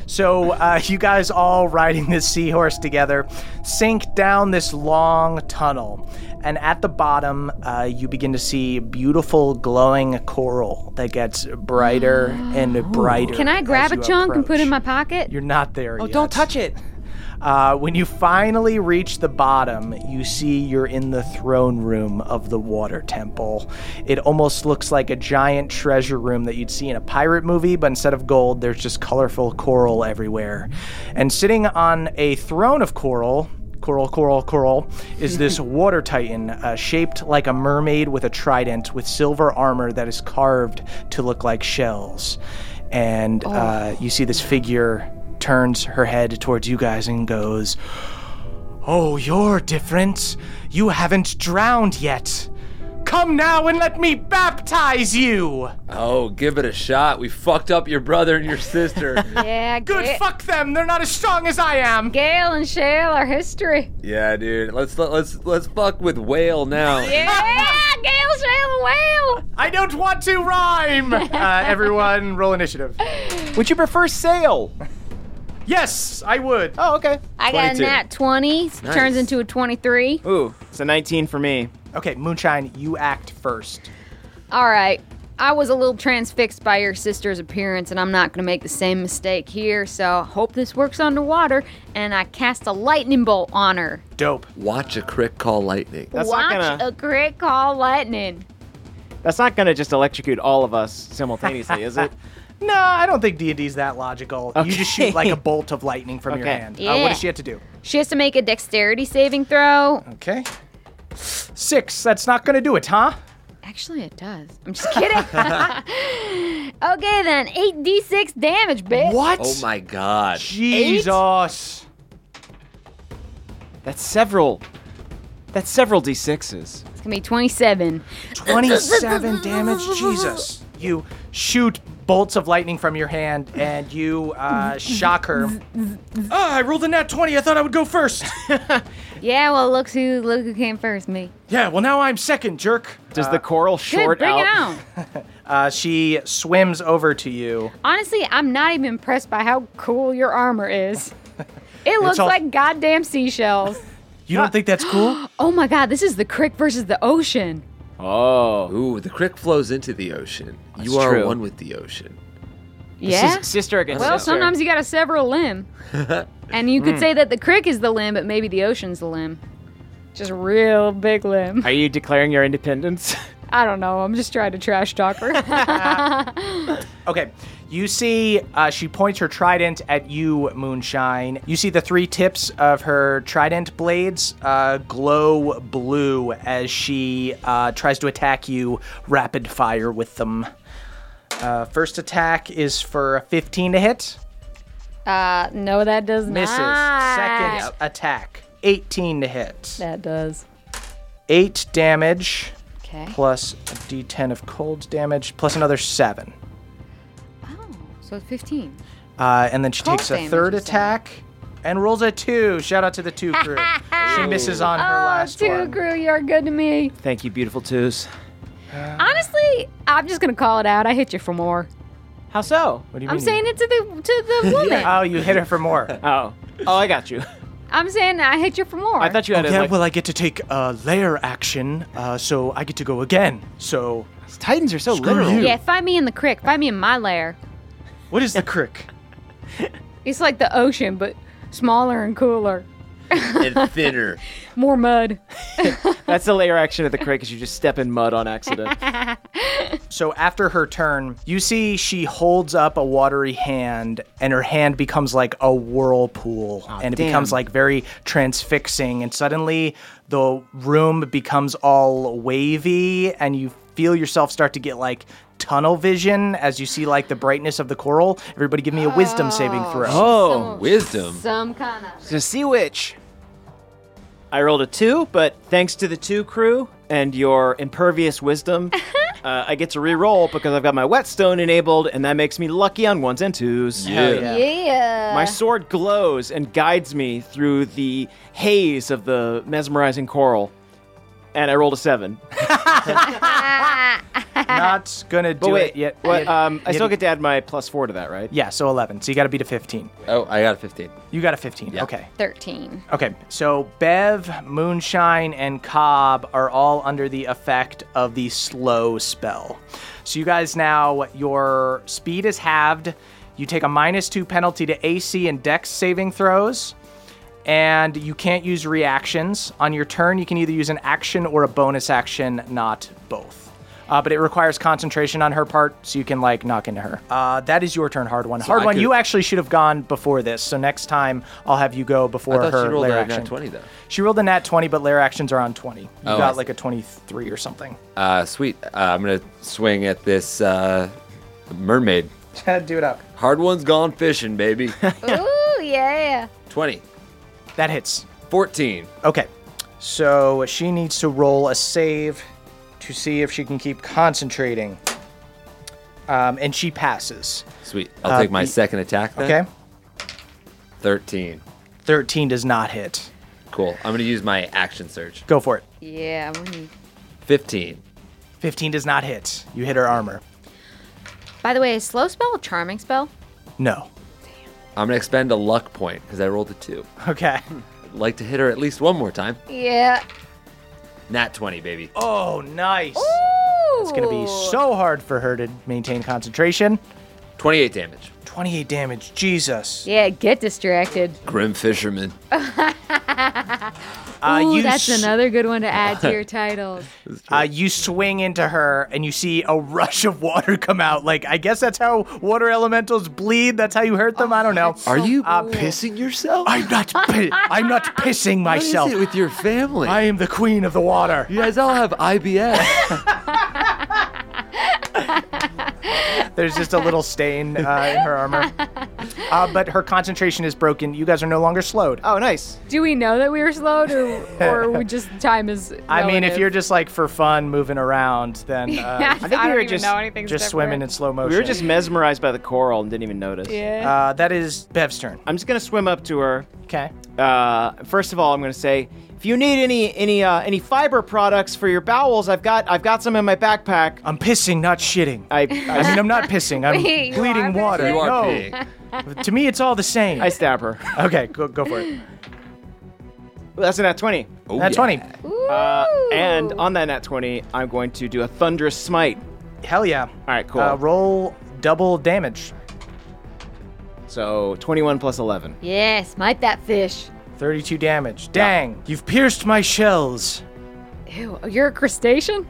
S1: So uh, you guys all riding this seahorse together sink down this long tunnel, and at the bottom uh, you begin to see beautiful glowing coral that gets brighter and brighter.
S2: Oh. Can I Oh,
S1: as
S2: grab a
S1: you
S2: chunk and put it in my
S1: approach.
S2: pocket?
S1: You're not there yet.
S4: touch it.
S1: Uh, when you finally reach the bottom, you see you're in the throne room of the water temple. It almost looks like a giant treasure room that you'd see in a pirate movie, but instead of gold, there's just colorful coral everywhere. And sitting on a throne of coral, coral, coral, coral, is this water titan uh, shaped like a mermaid with a trident with silver armor that is carved to look like shells. And uh, you see this figure turns her head towards you guys and goes, Oh, you're different. You haven't drowned yet. Come now and let me baptize you.
S3: Oh, give it a shot. We fucked up your brother and your sister.
S2: yeah,
S1: Good
S2: Ga-
S1: fuck them. They're not as strong as I am.
S2: Gail and Shale are history.
S3: yeah, dude. Let's let's let's fuck with whale now.
S2: Yeah, Gail, Shale, and Whale.
S1: I don't want to rhyme. Uh, everyone, roll initiative.
S4: Would you prefer sail?
S1: Yes, I would.
S4: Oh, okay.
S2: I got a
S4: 22.
S2: nat 20. Turns into a 23.
S4: Ooh, it's a 19 for me.
S1: Okay, Moonshine, you act first.
S2: All right. I was a little transfixed by your sister's appearance, and I'm not going to make the same mistake here, so I hope this works underwater. And I cast a lightning bolt on her.
S1: Dope.
S3: Watch a crick call lightning.
S2: Watch
S4: gonna-
S2: a great call lightning.
S4: That's not gonna just electrocute all of us simultaneously, is it?
S1: No, I don't think D&D's that logical. You just shoot like a bolt of lightning from your
S4: Okay.
S1: hand. Uh, what
S2: Yeah.
S1: does she have to do?
S2: She has to make a dexterity saving throw.
S1: Okay. Six. That's not going to do it, huh?
S2: Actually, it does. I'm just kidding. okay, then. 8d6 damage, bitch.
S1: What?
S3: Oh my god.
S1: Jesus.
S4: That's several. That's several d6s.
S2: It's going to be 27.
S1: 27 damage. Jesus. You shoot bolts of lightning from your hand and you uh, shock her. Ah, I rolled a nat 20. I thought I would go first.
S2: Yeah, well, look who, look who came first, me.
S1: yeah, well, now I'm second, jerk.
S4: Does the coral short
S2: Uh, Good, bring
S4: out?
S2: it on.
S1: Uh, she swims over to you.
S2: Honestly, I'm not even impressed by how cool your armor is. It looks
S1: all-
S2: like goddamn seashells.
S1: You don't think that's cool?
S2: Oh my god, this is the crick versus the ocean.
S3: Oh. Ooh, the crick flows into the ocean. you are
S2: true.
S3: one with the ocean.
S2: Yeah.
S4: sister against
S2: well,
S4: sister.
S2: sometimes you gotta sever a limb, and you could
S1: Hmm.
S4: Mm.
S2: say that the crick is the limb, but maybe the ocean's the limb. Just a real big limb.
S4: Are you declaring your independence?
S2: I don't know. I'm just trying to trash talk her.
S1: Okay. You see, uh, she points her trident at you, Moonshine. You see the three tips of her trident blades uh, glow blue as she uh, tries to attack you rapid fire with them. Uh, first attack is for 15 to hit.
S2: uh, no, that does
S1: Misses.
S2: not.
S1: Second attack, 18 to hit.
S2: That does.
S1: Eight damage.
S2: Okay.
S1: Plus a d10 of cold damage, plus another seven.
S2: Oh, So 15.
S1: Uh, and then she
S2: Cold
S1: takes a
S2: damage,
S1: third
S2: you said.
S1: attack and rolls a two. Shout out to the two crew. she misses on her
S2: oh,
S1: last
S2: two
S1: one.
S2: Grew, you are good to me.
S4: Thank you, beautiful twos.
S1: Uh-huh.
S2: Honestly, I'm just gonna call it out. I hit you for more.
S4: How so? What do
S2: I'm saying it to the to the woman.
S1: oh, you hit her for more.
S2: Uh,
S4: oh. Oh, I got you.
S2: I'm saying I hit you for more.
S1: oh, yeah, well, I get to take uh, layer action, uh, so I get to go again. So
S4: Titans are so
S1: Screw literal. you.
S2: Yeah, find me in the crick. Find me in my lair.
S1: what is the crick?
S2: It's like the ocean, but smaller and cooler.
S3: and thinner.
S2: More mud.
S4: That's the layer action of the crate because you just step in mud on accident.
S1: So after her turn, you see she holds up a watery hand, and her hand becomes like a whirlpool, and it
S4: damn.
S1: becomes like very transfixing, and suddenly the room becomes all wavy, and you feel yourself start to get like tunnel vision as you see like the brightness of the coral. Everybody, give me a wisdom saving throw.
S4: Oh, wisdom.
S2: Some kind of.
S4: So sea witch. I rolled a two, but thanks to the two crew and your impervious wisdom, uh, I get to re-roll because I've got my whetstone enabled, and that makes me lucky on ones and twos.
S2: Yeah.
S4: My sword glows and guides me through the haze of the mesmerizing coral, and I rolled a seven.
S1: Not gonna do
S4: But wait,
S1: it yet.
S4: what, um, I
S1: You
S4: still
S1: had-
S4: get to add my plus four to that, right?
S1: Yeah, so 11. So you got to beat a 15.
S3: Oh, I got a 15.
S1: You got a 15. Okay.
S2: 13.
S1: Okay, so Bev, Moonshine, and Cobb are all under the effect of the slow spell. So you guys now, your speed is halved. You take a minus two penalty to AC and Dex saving throws, and you can't use reactions. On your turn, you can either use an action or a bonus action, not both. Uh, but it requires concentration on her part, so you can like knock into her. Uh, that is your turn, hard one.
S3: So
S1: hard
S3: I
S1: one.
S3: could-
S1: You actually should have gone before this. So next time, I'll have you go before
S3: I thought
S1: her
S3: she rolled
S1: lair
S3: a
S1: action.
S3: nat 20, though.
S1: She rolled a nat 20, but lair actions are on 20. You
S3: Oh, I
S1: got
S3: see.
S1: like a 23 or something.
S3: Uh, sweet. Uh, I'm going to swing at this uh, mermaid.
S1: Do it up.
S3: Hard one's gone fishing, baby.
S2: Ooh, yeah.
S3: 20.
S1: That hits.
S3: 14.
S1: Okay. So she needs to roll a save to see if she can keep concentrating. Um, and she passes.
S3: Sweet. I'll
S1: Uh,
S3: take my
S1: be-
S3: second attack then.
S1: Okay.
S3: 13.
S1: 13 does not hit.
S3: Cool. I'm going to use my action search.
S1: Go for it.
S2: Yeah. we need-
S3: 15.
S1: 15 does not hit. You hit her armor.
S2: By the way, is slow spell a charming spell?
S1: No.
S3: I'm going to expend a luck point because I rolled a 2.
S1: Okay.
S3: I'd like to hit her at least one more time.
S2: Yeah.
S3: Nat 20, baby.
S1: Oh, nice. It's going to be so hard for her to maintain concentration.
S3: 28 damage.
S1: 28 damage. Jesus.
S2: Yeah, get distracted.
S3: Grim fisherman.
S1: Uh,
S2: Ooh,
S1: you
S2: that's
S1: s-
S2: another good one to add to your titles.
S1: Uh, you swing into her and you see a rush of water come out. Like, I guess that's how water elementals bleed. That's how you hurt them. I don't know.
S3: Are you
S1: Uh,
S3: pissing yourself?
S1: I'm not. Pi- I'm not pissing
S3: What is
S1: myself.
S3: it with your family?
S1: I am the queen of the water.
S3: You guys all have IBS.
S1: There's just a little stain uh, in her armor, uh, but her concentration is broken. You guys are no longer slowed.
S4: Oh, nice.
S2: Do we know that we were slowed, or or we just time is?
S1: I mean, if
S2: relative?
S1: you're just like for fun moving around, then uh,
S2: I think I we don't were even just- know anything's
S1: just swimming in slow motion.
S4: We were just mesmerized by the coral and didn't even notice.
S2: Yeah.
S1: Uh, that is Bev's turn.
S4: I'm just gonna swim up to her.
S1: Okay.
S4: Uh, first of all, I'm gonna say, if you need any any uh, any fiber products for your bowels, I've got I've got some in my backpack.
S1: I'm pissing, not shitting.
S4: I
S1: I mean, I'm not pissing. I'm
S2: Wait, you are
S1: bleeding water.
S2: pissing? You
S3: are
S1: no. to me, it's all the same.
S4: I stab her.
S1: okay, go, go for it.
S4: that's a nat 20.
S1: Oh,
S4: nat
S1: yeah.
S4: 20. Uh, and on that nat 20, I'm going to do a thunderous smite.
S1: Hell yeah. All
S4: right, cool.
S1: Uh, roll double damage.
S4: So 21 plus 11.
S2: Yeah, smite that fish.
S1: 32 damage. Dang, you've pierced my shells.
S2: Ew, you're a crustacean?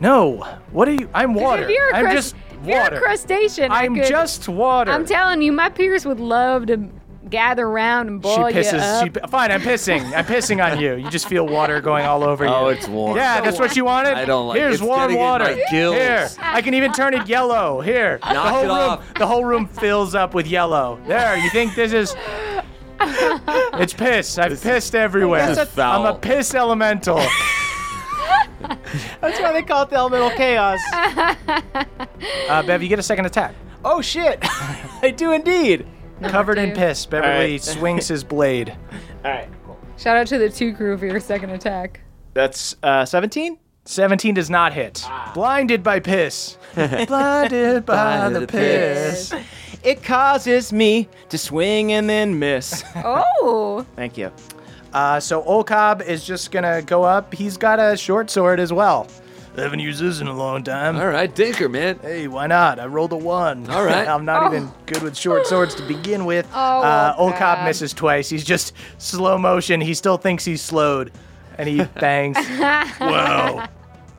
S1: No, what are you? I'm water.
S2: If you're a
S1: I'm just
S2: crust- if
S1: water.
S2: You're a crustacean. I
S1: I'm
S2: could-
S1: just water.
S2: I'm telling you, my peers would love to gather around and boil
S1: she pisses.
S2: you up.
S1: She, pi- fine, I'm pissing. I'm pissing on you. You just feel water going all over you.
S3: Oh, it's warm.
S1: Yeah,
S3: So
S1: that's what you wanted.
S3: I don't like-
S1: Here's
S3: it's
S1: warm
S3: getting in my
S1: water.
S3: gills.
S1: Here, I can even turn it yellow. Here, the
S3: Knock
S1: whole
S3: it
S1: room.
S3: off.
S1: The whole room fills up with yellow. There, you think this is? It's piss. I've pissed everywhere.
S4: That's a-
S1: I'm a piss elemental.
S4: That's why they call it the elemental chaos.
S1: Uh, Bev, you get a second attack.
S4: oh, shit. I do indeed.
S1: Covered in piss, Beverly
S4: Alright.
S1: swings his blade.
S4: All right.
S2: Shout out to the two crew for your second attack.
S4: That's uh, 17?
S1: 17 does not hit. Blinded by piss. Blinded by the piss.
S4: It causes me to swing and then miss.
S2: Oh.
S4: Thank you.
S1: Uh, so Olcob is just gonna go up. He's got a short sword as well. I haven't used this in a long time. All
S3: right, Dinker, man.
S1: Hey, why not? I rolled a one.
S3: All right.
S1: I'm not
S3: Oh.
S1: even good with short swords to begin with.
S2: Oh,
S1: uh, Olcob
S2: Olcab.
S1: misses twice. He's just slow motion. He still thinks he's slowed, and he bangs.
S2: wow.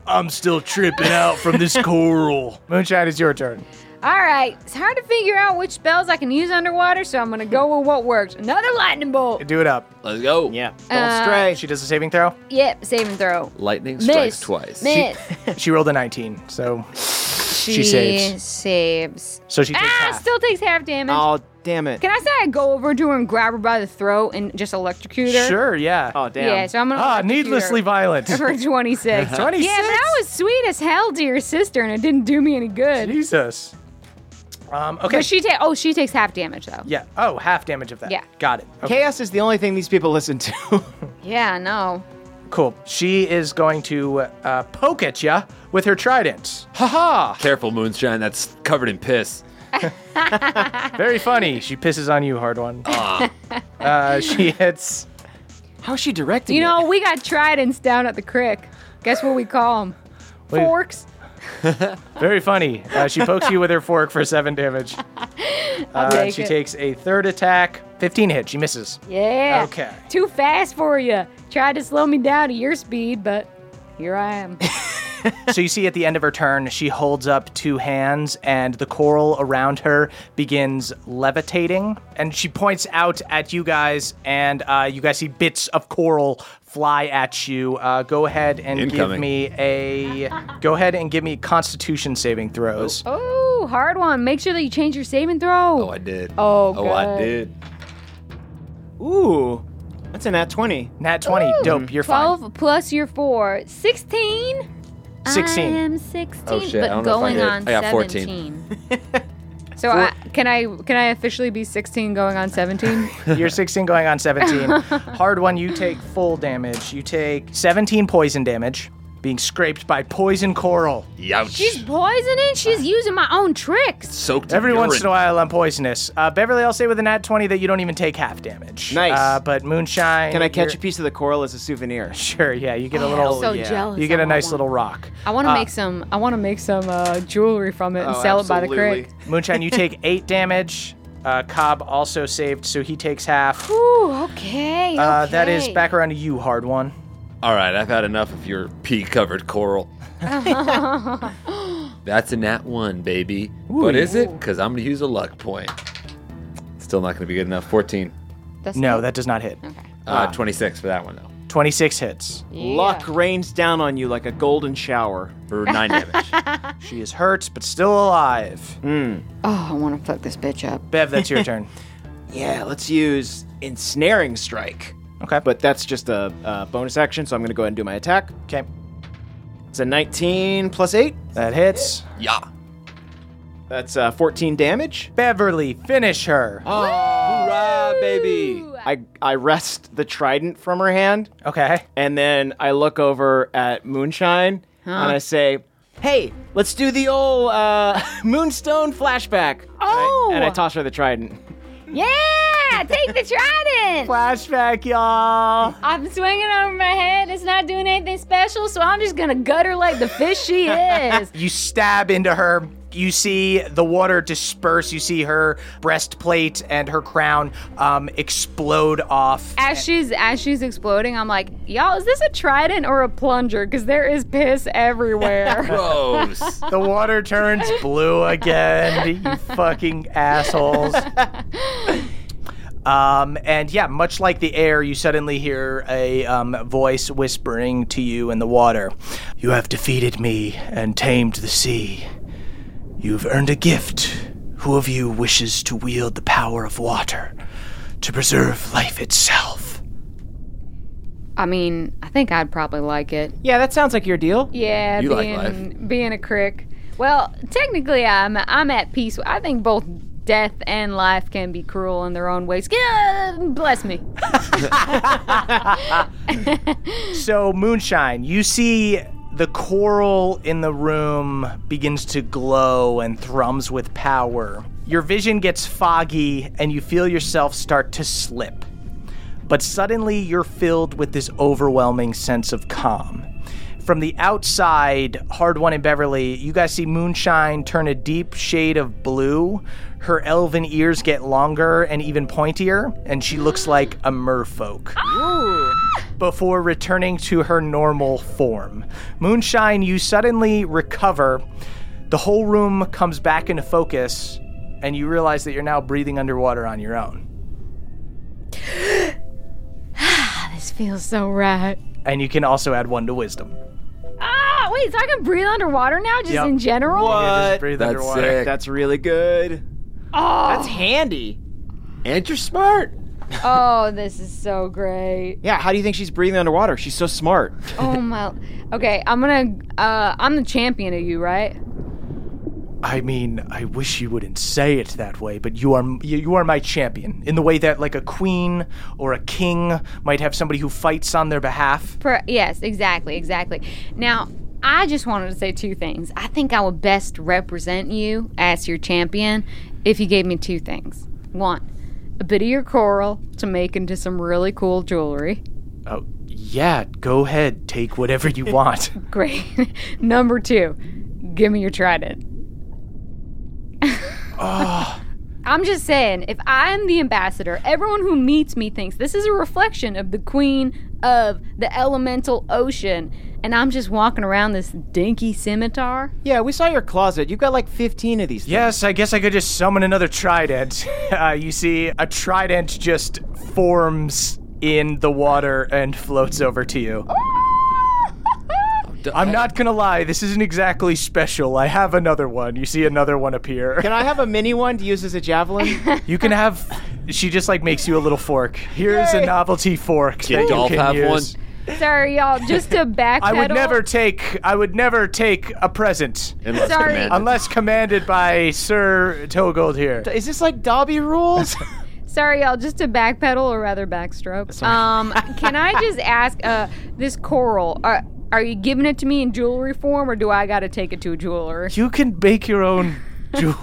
S1: I'm still tripping out from this coral. Moonshine is your turn.
S2: All right, it's hard to figure out which spells I can use underwater, so I'm gonna go with what worked. Another lightning bolt.
S1: Do it up.
S3: Let's go.
S4: Yeah.
S2: Don't Uh, stray.
S1: She does a saving throw.
S2: Yep, saving throw.
S3: Lightning
S2: Miss.
S3: strikes twice.
S2: Miss.
S1: She rolled a 19, so
S2: She,
S1: she saves.
S2: saves.
S1: So she takes
S2: ah,
S1: half.
S2: still takes half damage.
S4: Oh, damn it.
S2: Can I say I go over to her and grab her by the throat and just electrocute her?
S1: Sure, yeah. Oh,
S2: damn. Yeah, so I'm gonna
S1: Ah,
S2: electrocute her.
S1: needlessly violent.
S2: For 26.
S1: 26?
S2: Yeah, but that was sweet as hell to your sister, and it didn't do me any good.
S1: Jesus. Um, okay.
S2: But she ta- oh, she takes half damage, though.
S1: Yeah. Oh, half damage of that.
S2: Yeah.
S1: Got it. Okay.
S4: Chaos is the only thing these people listen to.
S2: Yeah, no.
S1: Cool. She is going to uh, poke at you with her trident. Haha.
S3: Careful, Moonshine. That's covered in piss.
S1: Very funny. She pisses on you, hard one.
S2: Ah.
S1: Uh, she hits.
S4: How is she directing
S2: You know, we got tridents down at the crick. Guess what we call them?
S1: Wait.
S2: Forks.
S1: Very funny. Uh, she pokes you with her fork for seven damage.
S2: I'll
S1: Uh,
S2: take
S1: she
S2: it.
S1: takes a third attack. 15 hit. She misses.
S2: Yeah.
S1: Okay.
S2: Too fast for you. Tried to slow me down to your speed, but here I am.
S1: so you see at the end of her turn, she holds up two hands and the coral around her begins levitating. And she points out at you guys, and uh, you guys see bits of coral fly at you. Uh, go ahead and
S3: Incoming.
S1: give me a go ahead and give me constitution saving throws.
S2: oh, hard one. Make sure that you change your saving throw. Oh, I
S3: did.
S2: Oh, good.
S4: Ooh, that's a nat 20.
S1: Nat 20.
S2: Ooh.
S1: Dope. You're fine.
S2: 12 plus your 4. 16?
S1: 16.
S2: I am 16,
S1: Oh, shit. I
S2: but
S1: don't know if I
S2: going
S1: hit.
S2: on
S1: I got 14.
S2: 17. so I, can I can I officially be 16 going on 17?
S1: You're 16 going on 17. Hard one, you take full damage. You take 17 poison damage, being scraped by poison coral.
S3: Youch.
S2: She's poisoning? She's using my own tricks.
S3: Soaked
S1: Every once in a while, I'm poisonous. Uh, Beverly, I'll say with an nat 20 that you don't even take half damage.
S4: Nice.
S1: Uh, but Moonshine.
S4: Can I catch
S1: you're-
S4: a piece of the coral as a souvenir?
S1: Sure, yeah. You get a
S2: Oh,
S1: little.
S2: I'm so Yeah. jealous.
S1: You get
S2: I
S1: a
S2: want
S1: nice
S2: one.
S1: little rock.
S2: I want to
S1: Uh,
S2: make some I want to make some uh, jewelry from it and
S1: Oh,
S2: sell it by the
S1: absolutely.
S2: crick.
S1: Moonshine, you take eight damage. Uh, Cobb also saved, so he takes half.
S2: Ooh, okay.
S1: Uh, that is
S2: okay.
S1: back around to you, hard one.
S3: All right, I've had enough of your pea covered coral. That's a nat one, baby.
S2: Ooh.
S3: But is it? Because I'm going to use a luck point. Still not going to be good enough. 14.
S2: That's
S1: no, that does not hit.
S3: Uh, 26 for that one, though.
S1: 26 hits.
S4: Luck rains down on you like a golden shower.
S3: For nine damage.
S1: She is hurt, but still alive.
S4: Mm.
S2: Oh, I want to fuck this bitch up.
S1: Bev, that's your turn.
S4: Yeah, let's use ensnaring strike.
S1: Okay.
S4: But that's just a, a bonus action, so I'm going to go ahead and do my attack.
S1: Okay.
S4: It's a 19 plus 8.
S1: That hits.
S3: Yeah.
S4: That's uh, 14 damage.
S1: Beverly, finish her.
S4: Oh.
S3: Hurrah, baby.
S4: I, I wrest the trident from her hand.
S1: Okay.
S4: And then I look over at Moonshine and I say, hey, let's do the old uh, Moonstone flashback.
S2: Oh!
S4: And I toss her the trident.
S2: Yeah!
S10: Yeah, take the trident.
S1: Flashback, y'all.
S10: I'm swinging over my head. It's not doing anything special, so I'm just gonna gut her like the fish she is.
S1: You stab into her. You see the water disperse. You see her breastplate and her crown um, explode off.
S2: As she's as she's exploding, I'm like, y'all, is this a trident or a plunger? Because there is piss everywhere.
S1: Gross. the water turns blue again. You fucking assholes. Um, and yeah, much like the air, you suddenly hear a um, voice whispering to you in the water.
S5: You have defeated me and tamed the sea. You've earned a gift. Who of you wishes to wield the power of water to preserve life itself?
S2: I mean, I think I'd probably like it.
S4: Yeah, that sounds like your deal.
S2: Yeah,
S4: You like
S2: being
S4: life.
S2: being a crick. Well, technically, I'm I'm at peace. I think both death and life can be cruel in their own ways. Yeah, bless me.
S1: so, Moonshine, you see the coral in the room begins to glow and thrums with power. Your vision gets foggy, and you feel yourself start to slip. But suddenly, you're filled with this overwhelming sense of calm. From the outside, Hard One and Beverly, you guys see Moonshine turn a deep shade of blue. Her elven ears get longer and even pointier, and she looks like a merfolk before returning to her normal form. Moonshine, you suddenly recover. The whole room comes back into focus, and you realize that you're now breathing underwater on your own.
S2: this feels so right.
S1: And you can also add one to wisdom.
S10: Ah, wait, so I can breathe underwater now, just
S1: Yep.
S10: in general.
S1: Yeah, just breathe
S4: That's
S1: underwater.
S4: sick. That's really good.
S10: Oh,
S4: That's handy. And you're smart.
S2: Oh, this is so great.
S4: Yeah, how do you think she's breathing underwater? She's so smart.
S2: Oh my. Okay, I'm gonna. Uh, I'm the champion of you, right?
S1: I mean, I wish you wouldn't say it that way, but you are you, you are my champion in the way that like a queen or a king might have somebody who fights on their behalf.
S2: Per- yes, exactly, exactly. Now, I just wanted to say two things. I think I would best represent you as your champion if you gave me two things. One, a bit of your coral to make into some really cool jewelry.
S1: Oh, yeah, go ahead, take whatever you want.
S2: Great. Number two, give me your trident.
S1: Ah.
S2: I'm just saying, if I'm the ambassador, everyone who meets me thinks this is a reflection of the queen of the elemental ocean, and I'm just walking around this dinky scimitar.
S4: Yeah, we saw your closet. You've got like 15 of these.
S1: Yes, I guess I could just summon another trident. Uh, you see, a trident just forms in the water and floats over to you. I'm not gonna lie, this isn't exactly special. I have another one. You see another one appear.
S4: Can I have a mini one to use as a javelin?
S1: You can have. She just like makes you a little fork. Here's a novelty fork
S3: Can
S1: that
S3: Dolph
S1: you can
S3: have
S1: use.
S3: one?
S10: Sorry, y'all. Just to backpedal.
S1: I would never take. I would never take a present
S10: Unless Sorry. commanded.
S1: unless commanded by Sir Togold here.
S4: Is this like Dobby rules?
S2: Sorry, y'all, just to backpedal or rather backstroke.
S1: Sorry.
S2: Um, can I just ask uh, this coral? Are, are you giving it to me in jewelry form, or do I got to take it to a jeweler?
S1: You can bake your own jewel.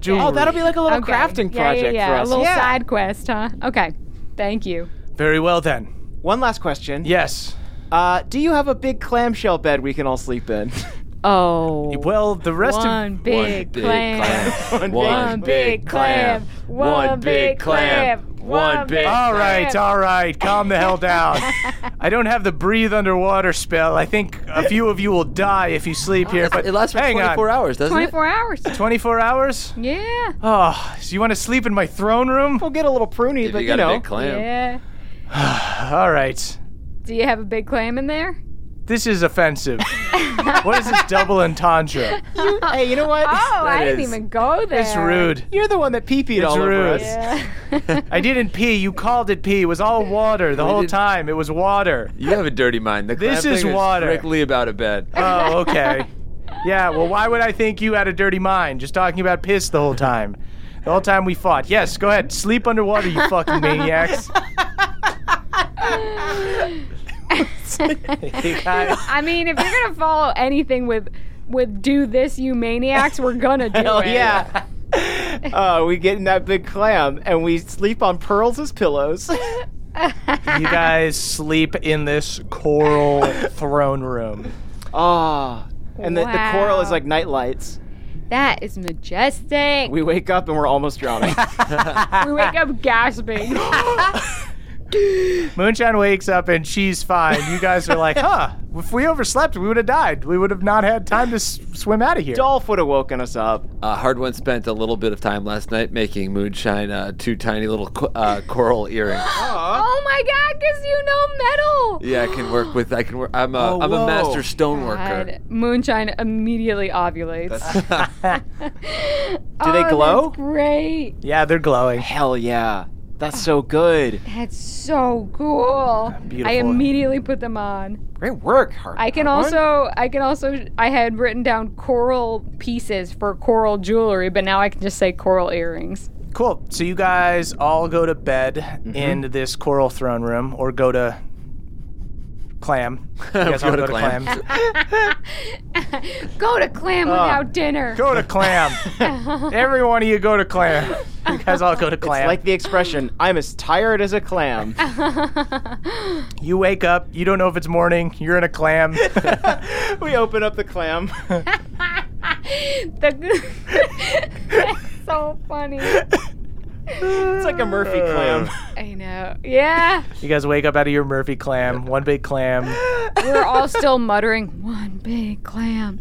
S1: jewelry.
S2: Oh, that'll
S4: be like a little crafting
S2: yeah,
S4: project
S2: yeah, yeah.
S4: for us.
S2: A little
S4: Yeah.
S2: side quest, huh? Okay, thank you.
S1: Very well then.
S4: One last question.
S1: Yes.
S4: Uh, do you have a big clamshell bed we can all sleep in?
S2: Oh.
S1: Well, the rest
S2: One
S1: of
S2: big One big clam.
S4: One
S2: One big clam. One big clam. One big
S1: All right,
S2: clam.
S1: all right. Calm the hell down. I don't have the breathe underwater spell. I think a few of you will die if you sleep here. But it lasts
S3: for 24 hours, doesn't it?
S2: 24 hours.
S1: 24 hours?
S2: Yeah.
S1: Oh, so you want to sleep in my throne room?
S4: We'll get a little pruny,
S3: If but you you got a know. big clam.
S2: Yeah.
S1: All right.
S2: Do you have a big clam in there?
S1: This is offensive. what is this double entendre?
S4: hey, you know what?
S2: Oh, I didn't
S1: is-
S2: even go there.
S1: It's rude.
S4: You're the one that pee peed
S1: It's
S4: all over
S1: rude.
S4: us.
S1: I didn't pee. You called it pee. It was all water the whole time. It was water.
S3: You have a dirty mind. The
S1: This
S3: clam
S1: is
S3: thing
S1: water.
S3: strictly about a bed.
S1: Oh, okay. Yeah, well, why would I think you had a dirty mind just talking about piss the whole time? The whole time we fought. Yes, go ahead. Sleep underwater, you fucking maniacs. You guys-
S2: I mean, if you're gonna follow anything with with do this, you maniacs, we're gonna do
S4: Hell
S2: it.
S4: yeah. uh, we get in that big clam and we sleep on pearls as pillows.
S1: you guys sleep in this coral throne room.
S4: Ah, and the, the coral is
S2: Wow.
S4: like night lights.
S2: That is majestic.
S4: We wake up and we're almost drowning.
S2: we wake up gasping.
S1: Moonshine wakes up and she's fine. You guys are like, huh? If we overslept, we would have died. We would have not had time to s- swim out of here.
S4: Dolph would have woken us up.
S3: Uh, Hard One spent a little bit of time last night making Moonshine uh, two tiny little co- uh, coral earrings.
S10: Oh my god, because you know metal.
S3: Yeah, I can work with. I can work. I'm a.
S1: Oh,
S3: am a master stoneworker.
S2: God. Moonshine immediately ovulates.
S4: Do they
S2: Oh,
S4: glow?
S2: That's great.
S1: Yeah, they're glowing.
S4: Hell yeah. That's so good.
S2: That's so cool. I
S4: Ah, Beautiful.
S2: immediately put them on.
S4: Great work, Hard.
S2: I can
S4: Hard One.
S2: also I can also I had written down coral pieces for coral jewelry, but now I can just say coral earrings.
S1: Cool. So you guys all go to bed
S3: Mm-hmm.
S1: in this coral throne room, or go to clam. You guys all
S3: Go
S1: go, to
S3: to clam.
S1: clam.
S2: Go to clam
S4: Ah.
S1: Oh.
S2: without dinner.
S1: go to clam. Every one of you go to clam. You guys all go to clam.
S4: It's like the expression, I'm as tired as a clam.
S1: You wake up, you don't know if it's morning, you're in a clam.
S4: we open up the clam.
S2: The- That's so funny.
S4: It's like a Murphy
S1: Uh.
S4: clam.
S2: I know. Yeah.
S1: You guys wake up out of your Murphy clam, one big clam.
S2: We're all still muttering one big clam.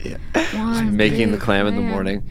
S2: One
S3: Making the
S2: big
S3: clam in the morning.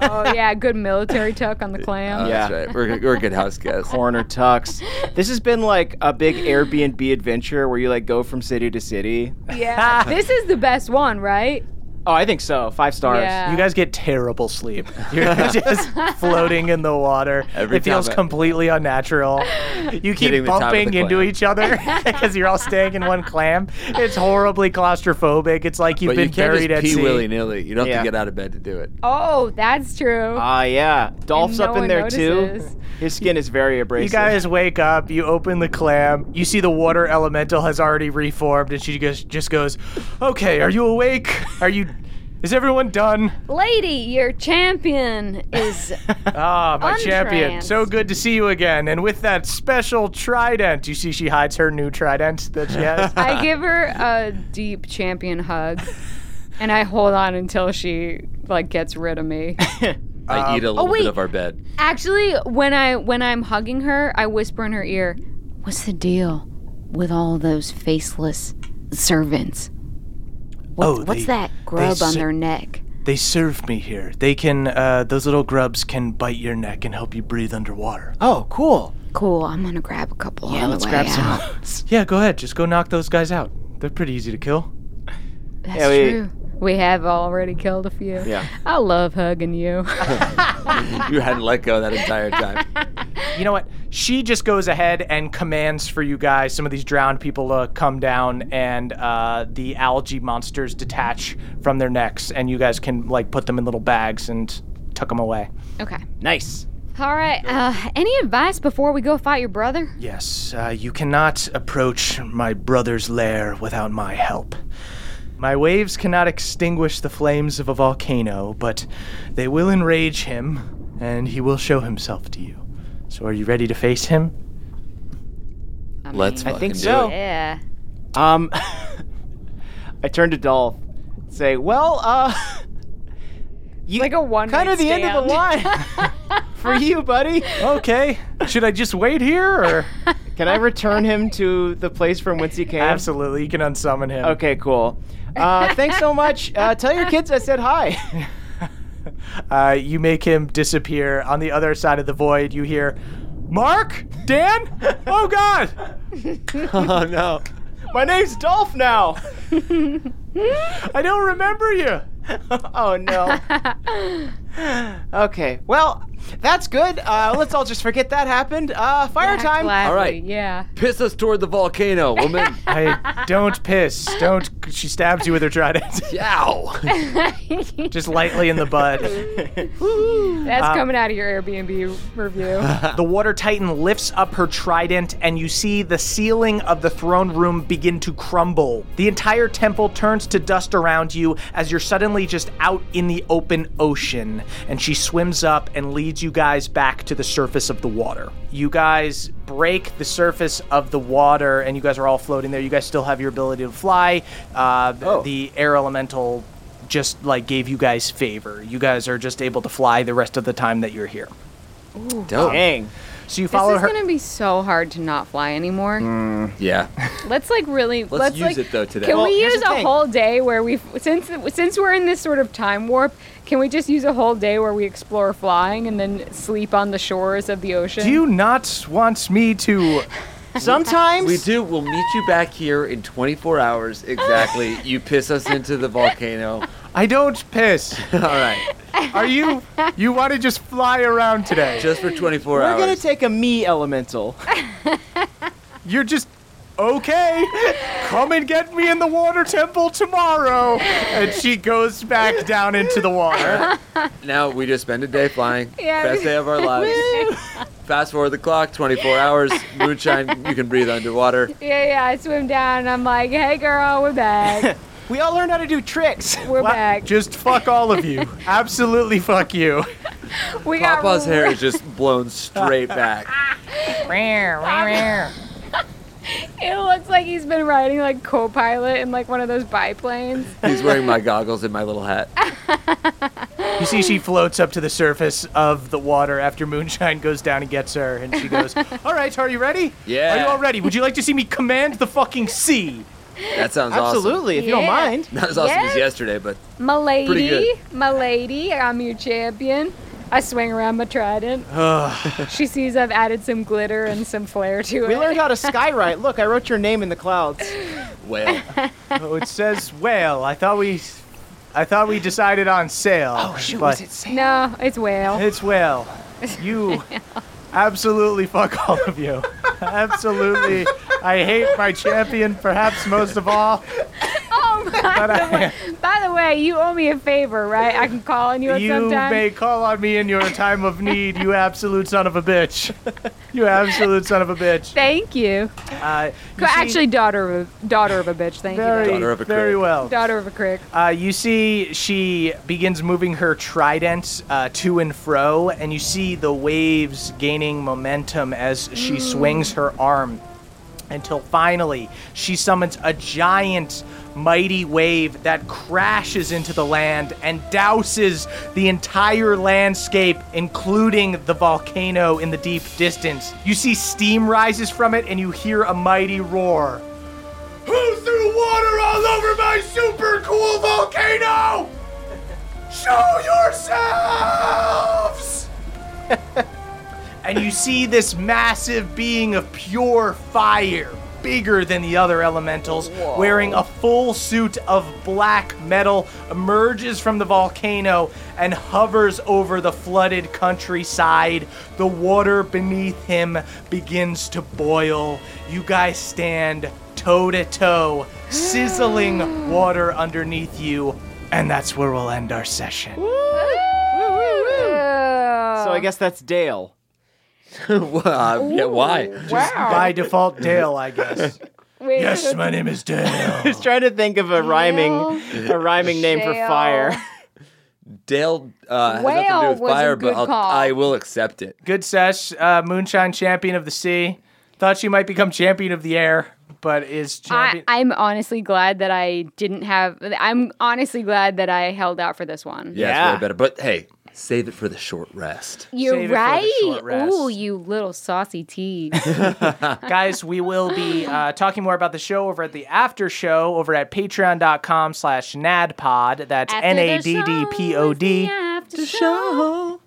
S2: Oh yeah, good military tuck on the clam.
S3: Uh, That's right. We're, good- we're good house guests.
S4: Corner tucks. This has been like a big Airbnb adventure where you like go from city to city.
S2: Yeah. this is the best one, right?
S4: Oh, I think so. Five stars.
S2: Yeah.
S1: You guys get terrible sleep. You're just floating in the water.
S4: Every
S1: it feels
S4: time I-
S1: completely unnatural. You
S4: Hitting
S1: keep
S4: the top of the
S1: bumping into
S4: clam.
S1: each other because you're all staying in one clam. It's horribly claustrophobic. It's like you've
S3: but
S1: been
S3: you can't
S1: buried
S3: just
S1: at
S3: pee
S1: sea.
S3: willy nilly. You don't
S1: Yeah.
S3: have to get out of bed to do it.
S2: Oh, that's true.
S4: Ah, yeah. Dolph's
S2: no
S4: up in
S2: one
S4: there
S2: notices.
S4: too. His skin is very
S1: You
S4: abrasive.
S1: guys wake up, you open the clam, you see the water elemental has already reformed, and she goes, just goes, Okay, are you awake? Are you. Is everyone done?
S2: Lady, your champion is
S1: Ah, my champion.
S2: Untranced.
S1: So good to see you again. And with that special trident, you see she hides her new trident that she has.
S2: I give her a deep champion hug and I hold on until she like gets rid of me.
S3: I
S1: Uh,
S2: Um,
S3: eat a
S2: oh,
S3: little
S2: wait.
S3: bit of our bed.
S2: Actually, when I when I'm hugging her, I whisper in her ear, "What's the deal with all those faceless servants? What,
S1: Oh,
S2: what's
S1: they-
S2: that
S1: they
S2: grub on
S1: ser-
S2: their neck?"
S1: They serve me here. They can, uh, those little grubs can bite your neck and help you breathe underwater.
S4: Oh, cool.
S2: Cool. I'm gonna grab a couple.
S1: Yeah,
S2: on
S1: let's
S2: the way
S1: grab some.
S2: out.
S1: Yeah, go ahead. Just go knock those guys out. They're pretty easy to kill.
S2: That's
S1: Yeah, we-
S2: true. We have already killed a few.
S3: Yeah.
S2: I love hugging you.
S3: you hadn't let go that entire time.
S1: You know what? She just goes ahead and commands for you guys, some of these drowned people to come down, and uh, the algae monsters detach from their necks, and you guys can, like, put them in little bags and tuck them away.
S2: okay.
S4: Nice.
S2: All right. Uh, any advice before we go fight your brother?
S1: Yes, uh, you cannot approach my brother's lair without my help. My waves cannot extinguish the flames of a volcano, but they will enrage him, and he will show himself to you. So, are you ready to face him?
S3: Let's
S4: I think
S3: fucking do
S4: so.
S3: it.
S2: Yeah.
S4: Um, I turn to Dolph and say, Well, uh, you
S2: like a one
S4: kind of the end of the line
S2: Ah.
S4: for you, buddy.
S1: Okay. Should I just wait here, or
S4: can I return him to the place from whence he came?
S1: Absolutely, you can unsummon him.
S4: Okay, cool. Uh, thanks so much. Uh, tell your kids I said hi.
S1: Uh, you make him disappear. On the other side of the void, you hear, Mark? Dan? Oh, God!
S3: oh, no.
S4: My name's Dolph now.
S1: I don't remember you.
S4: oh no. okay. Well, that's good. Uh, let's all just forget that happened. Uh, fire time.
S3: All right.
S2: Yeah.
S3: Piss us toward the volcano, woman.
S1: I don't piss. Don't. She stabs you with her trident.
S3: Yow.
S1: Just lightly in the butt.
S2: That's
S1: Uh,
S2: coming out of your Airbnb review.
S1: the water titan lifts up her trident, and you see the ceiling of the throne room begin to crumble. The entire temple turns to dust around you as you're suddenly just out in the open ocean. And she swims up and leaves. leads you guys back to the surface of the water. You guys break the surface of the water, and you guys are all floating there. You guys still have your ability to fly. Uh, th- The air elemental just like gave you guys favor. You guys are just able to fly the rest of the time that you're here.
S2: Ooh.
S1: Dang. So you
S2: This
S1: follow
S2: is
S1: her.
S2: gonna be so hard to not fly anymore.
S3: Yeah.
S2: Let's like really.
S3: Mm. Let's use
S2: like,
S3: it, though, today.
S2: Can
S3: Well,
S2: we
S3: here's
S2: use
S3: the
S2: a
S3: thing.
S2: whole day where we since since we're in this sort of time warp? Can we just use a whole day where we explore flying and then sleep on the shores of the ocean?
S1: Do you not want me to?
S3: Sometimes we do. We'll meet you back here in 24 hours exactly. you piss us into the volcano.
S1: I don't piss.
S3: All right.
S1: Are you? You want to just fly around today?
S3: Just for 24
S4: We're
S3: hours.
S4: gonna take a me elemental.
S1: You're just okay. Come and get me in the water temple tomorrow. And she goes back down into the water.
S3: now we just spend a day flying.
S1: Yeah.
S3: Best day of our lives. Fast forward the clock, 24 hours, moonshine. You can breathe underwater.
S10: Yeah, yeah. I swim down and I'm like, hey, girl, we're back.
S4: we all learned how to do tricks.
S10: We're back.
S1: Just fuck all of you. Absolutely fuck you.
S10: We got
S3: Papa's hair is just blown straight back.
S10: It looks like he's been riding like co-pilot in like one of those biplanes.
S3: He's wearing my goggles and my little hat.
S1: You see, she floats up to the surface of the water after Moonshine goes down and gets her, and she goes, "All right, are you ready?
S3: Yeah.
S1: Are you all ready? Would you like to see me command the fucking sea?"
S3: That sounds awesome.
S1: Absolutely, if you don't Yeah. mind.
S3: Not as awesome as
S10: Yeah.
S3: yesterday, but
S10: My lady,
S3: Pretty good.
S10: my lady, I'm your champion. I swing around my trident. She sees I've added some glitter and some flair to it.
S4: We learned how to skywrite. Look, I wrote your name in the clouds.
S3: Whale.
S1: oh, it says whale. I thought we, I thought we decided on sail. Oh shoot, but
S10: No, it's whale.
S1: It's whale. You, absolutely fuck all of you. absolutely, I hate my champion perhaps most of all.
S10: Oh, by the, way, by the way, you owe me a favor, right? I can call on you at
S1: you
S10: some time.
S1: may call on me in your time of need, you absolute son of a bitch. You absolute son of a bitch.
S10: Thank you.
S1: Uh, you
S10: Co- Actually,
S1: see,
S10: daughter of a, daughter of a bitch. Thank
S1: very,
S10: you. Daughter
S1: of a very well.
S10: Daughter of a crick.
S1: Uh, you see, she begins moving her trident uh, to and fro, and you see the waves gaining momentum as she
S5: Mm.
S1: swings her arm until finally she summons a giant, mighty wave that crashes into the land and douses the entire landscape, including the volcano in the deep distance. You see steam rises from it, and you hear a mighty roar.
S5: Who threw water all over my super cool volcano? Show yourselves!
S1: and you see this massive being of pure fire, bigger than the other elementals, wearing a full suit of black metal, emerges from the volcano and hovers over the flooded countryside. The water beneath him begins to boil. You guys stand toe to toe, sizzling water underneath you, and that's where we'll end our session.
S4: So
S2: Oh.
S4: I guess that's Dale.
S3: well, yeah, why?
S1: Just by default, Dale, I guess.
S10: Wait,
S1: yes, my name is Dale.
S4: I was trying to think of a rhyming, a rhyming name for
S10: Dale.
S4: fire.
S3: Dale uh, has nothing to
S10: Whale
S3: do with
S10: was a
S3: fire, but
S10: good
S3: I'll,
S10: call.
S3: I will accept it.
S1: Good sesh, uh, moonshine champion of the sea. Thought she might become champion of the air, but is
S2: I,
S1: champion.
S2: I'm honestly glad that I didn't have. I'm honestly glad that I held out for this one.
S3: Yeah, it's way better. But hey, save it for the short rest.
S2: You're
S1: Save it for the
S2: right.
S1: short rest.
S2: Ooh, you little saucy tea.
S1: Guys, we will be uh, talking more about the show over at the after show over at patreon.com slash nadpod. That's
S2: After the
S1: N A D D P O D.
S2: After
S3: show.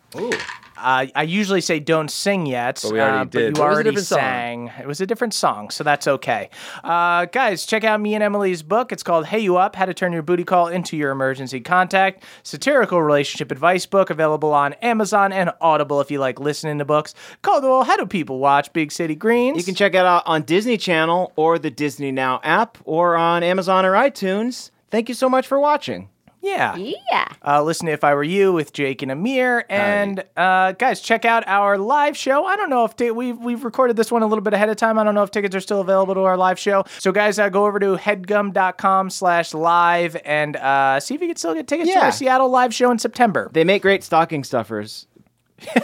S1: Uh, I usually say don't sing yet,
S3: But we already
S1: uh,
S3: did.
S1: you
S3: But it was a
S1: already
S3: different song.
S1: sang. It was a different song, so that's okay. Uh, guys, check out me and Emily's book. It's called Hey You Up How to Turn Your Booty Call into Your Emergency Contact. Satirical relationship advice book available on Amazon and Audible if you like listening to books. Caldwell, how do people watch Big City Greens?
S4: You can check it out on Disney Channel or the Disney Now app or on Amazon or iTunes. Thank you so much for watching.
S1: Yeah. Yeah. Uh, listen to If I Were You with Jake and Amir. And uh, guys, check out our live show. I don't know if t- we've, we've recorded this one a little bit ahead of time. I don't know if tickets are still available to our live show. So, guys, uh, go over to headgum.com slash live and uh, see if you can still get tickets to
S4: Yeah.
S1: our Seattle live show in September.
S4: They make great stocking stuffers.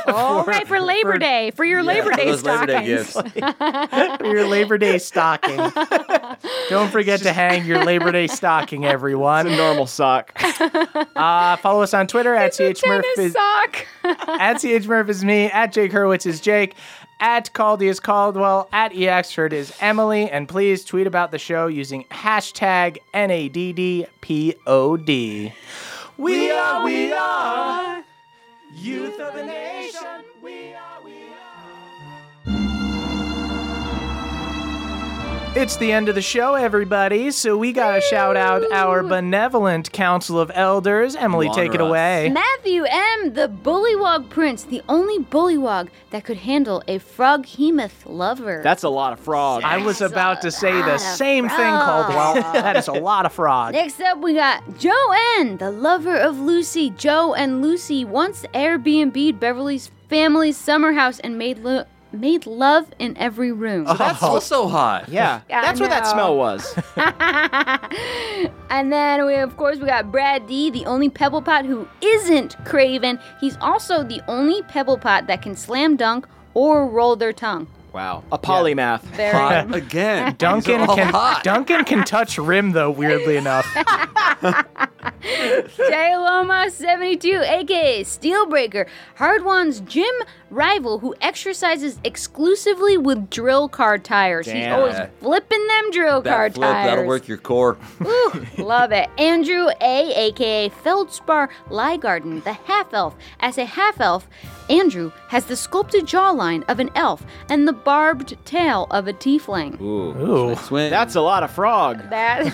S11: All right, for Labor Day, for your Labor
S1: for
S11: Day
S1: those Labor Day
S11: stockings.
S1: for your Labor Day stocking. Don't forget to hang your Labor Day stocking, everyone. It's a
S4: normal sock.
S1: Uh, follow us on Twitter at chmurph is
S11: sock.
S1: at chmurph is me at Jake Hurwitz is Jake. At Caldy is Caldwell, at Eaxford is Emily, and please tweet about the show using hashtag NADDPOD. We are, we are youth of the nation. We are, we are. It's the end of the show, everybody. So we gotta shout out our benevolent council of elders. Emily, take it away.
S2: Matthew M., the bullywog prince, the only bullywog that could handle a frog hemoth lover.
S4: That's a lot of frogs.
S1: I was about to say the
S2: of
S1: same thing, Caldwell. that is a lot of frog.
S2: Next up, we got Joanne, the lover of Lucy. Joe and Lucy once Airbnb'd Beverly's family's summer house and made lo- made love in every room.
S4: So that's also
S3: hot.
S4: Yeah.
S2: Yeah,
S4: that's
S2: I
S4: what that
S2: know.
S4: smell was.
S2: And then we, of course, we got Brad D, the only Pebblepot who isn't craven. He's also the only Pebblepot that can slam dunk or roll their tongue.
S4: Wow. A polymath.
S2: Very- Hot
S3: again.
S1: Duncan
S2: These are all
S1: can
S2: hot.
S1: Duncan can touch rim though, weirdly enough.
S2: Jay Loma 72, aka Steelbreaker, Hardwan's gym rival who exercises exclusively with drill car tires.
S3: Damn.
S2: He's always flipping them drill car
S3: That flip, that'll
S2: tires.
S3: work your core.
S2: Ooh, love it. Andrew A, aka Feldspar Liegarden, the half elf. As a half elf, Andrew has the sculpted jawline of an elf and the barbed tail of a tiefling.
S4: Ooh. That's a lot of frog.
S2: That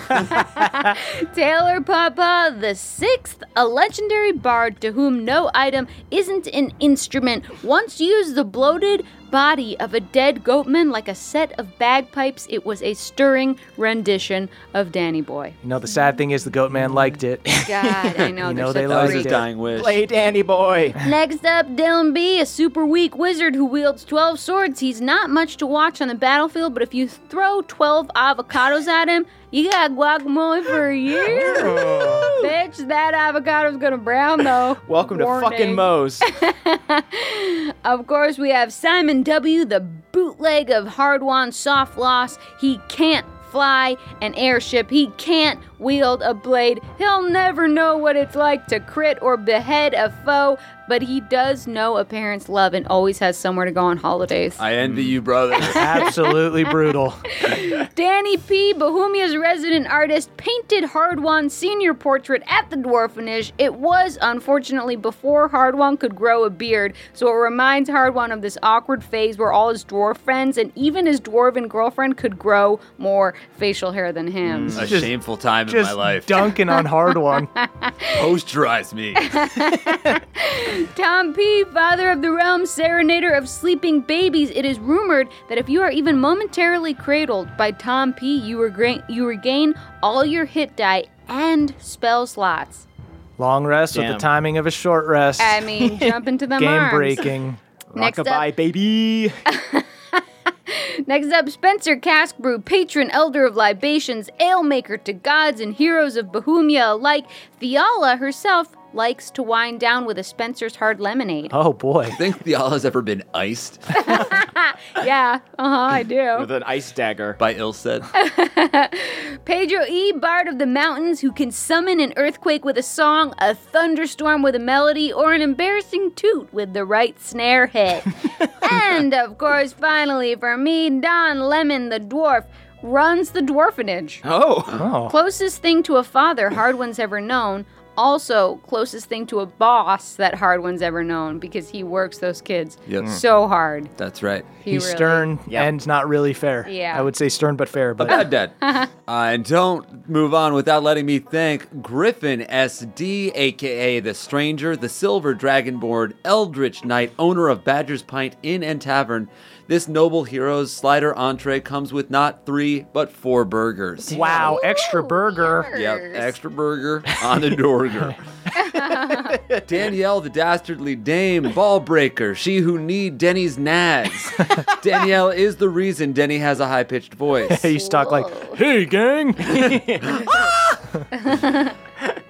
S2: Taylor Papa the sixth, a legendary bard to whom no item isn't an instrument, once used the bloated body of a dead goatman like a set of bagpipes. It was a stirring rendition of Danny Boy.
S1: You know, the sad thing is the goat man liked it.
S2: God, I know,
S1: you
S2: they're
S1: know
S2: such
S1: they
S2: a
S1: liked
S2: freak.
S1: it.
S3: Dying wish.
S4: Play Danny Boy.
S2: Next up, Dylan B, a super weak wizard who wields 12 swords. He's not much to watch on the battlefield, but if you throw 12 avocados at him, you got guacamole for a year. Bitch, that avocado's gonna brown though.
S4: Oh. Welcome
S2: Warning.
S4: to fucking Moe's.
S2: Of course, we have Simon W., the bootleg of Hardwon Soft Loss. He can't fly an airship, he can't wield a blade. He'll never know what it's like to crit or behead a foe, but he does know a parent's love and always has somewhere to go on holidays.
S12: I envy you, brother.
S1: Absolutely brutal.
S2: Danny P., Bohemia's resident artist, painted Hardwan's senior portrait at the Dwarfinish. It was, unfortunately, before Hardwan could grow a beard, so it reminds Hardwan of this awkward phase where all his dwarf friends and even his dwarven girlfriend could grow more facial hair than him.
S3: Mm.
S12: A shameful time in my
S1: Just
S12: life.
S1: dunking on hard one.
S12: Posterize me.
S2: Tom P., father of the realm, serenader of sleeping babies, it is rumored that if you are even momentarily cradled by Tom P., you, regra- you regain all your hit die and spell slots.
S1: Long rest with
S4: Damn.
S1: the timing of a short rest.
S2: I mean, jump into them
S1: Game
S2: arms.
S1: breaking.
S2: Next up- Rockabye,
S4: baby.
S2: Next up, Spencer Caskbrew, patron elder of libations, ale maker to gods and heroes of Bohemia alike. Fiala herself likes to wind down with a Spencer's hard lemonade.
S1: Oh boy. I
S3: think Fiala's ever been iced
S2: yeah, uh huh, I do.
S4: with an ice dagger
S3: by Ilsed.
S2: Pedro E., bard of the mountains, who can summon an earthquake with a song, a thunderstorm with a melody, or an embarrassing toot with the right snare hit. and of course, finally, for me, Don Lemon, the dwarf, runs the dwarfinage.
S4: Oh.
S2: Closest thing to a father Hardwin's ever known. Also, closest thing to a boss that Hardwin's ever known because he works those kids
S1: Yep. Mm.
S2: so hard.
S3: That's right.
S2: He
S1: He's
S2: really-
S1: stern and not really fair.
S2: Yeah.
S1: I would say stern but fair, but
S3: About dead. Uh, and don't move on without letting me thank Griffin SD, aka The Stranger, the Silver Dragonborn, Eldritch Knight, owner of Badger's Pint Inn and Tavern. This noble hero's slider entree comes with not three, but four burgers.
S1: Wow, extra burger.
S3: Yep, extra burger on the burger. Danielle, the dastardly dame, ball breaker, she who need Denny's nads. Danielle is the reason Denny has a high pitched voice.
S1: He's stuck like, hey, gang.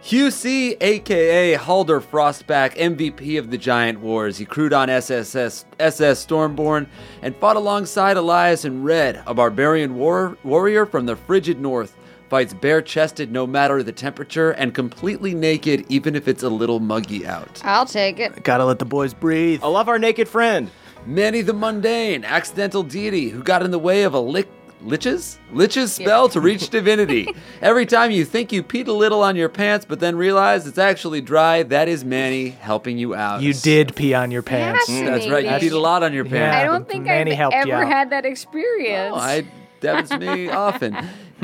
S3: Hugh C, aka Halder Frostback, MVP of the Giant Wars. He crewed on SSS, SS Stormborn and fought alongside Elias and Red, a barbarian war, warrior from the frigid north. Fights bare chested no matter the temperature and completely naked even if it's a little muggy out.
S13: I'll take it.
S3: Gotta let the boys breathe. I
S4: love our naked friend.
S3: Manny the Mundane, accidental deity who got in the way of a lick. Liches? Liches spell to reach divinity. Every time you think you peed a little on your pants, but then realize it's actually dry, that is Manny helping you out.
S1: You did pee on your pants.
S3: Mm, That's right. You peed a lot on your pants.
S10: I don't think
S1: Manny
S10: I've
S1: helped you
S10: ever
S1: out.
S10: had that experience.
S3: Oh, I that was me often.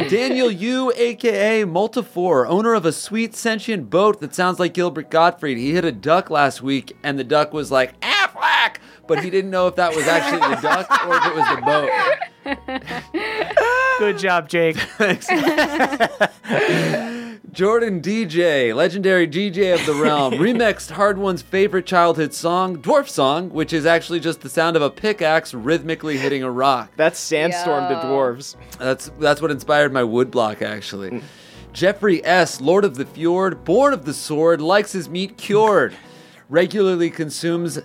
S3: Daniel Yu, aka Multifor, owner of a sweet sentient boat that sounds like Gilbert Gottfried. He hit a duck last week, and the duck was like Affleck, but he didn't know if that was actually the duck or if it was the boat.
S1: Good job, Jake.
S3: Jordan DJ, legendary DJ of the realm, remixed Hard One's favorite childhood song, Dwarf Song, which is actually just the sound of a pickaxe rhythmically hitting a rock.
S4: That's sandstorm to dwarves.
S3: That's that's what inspired my woodblock actually. Jeffrey S, Lord of the Fjord, born of the sword, likes his meat cured. Regularly consumes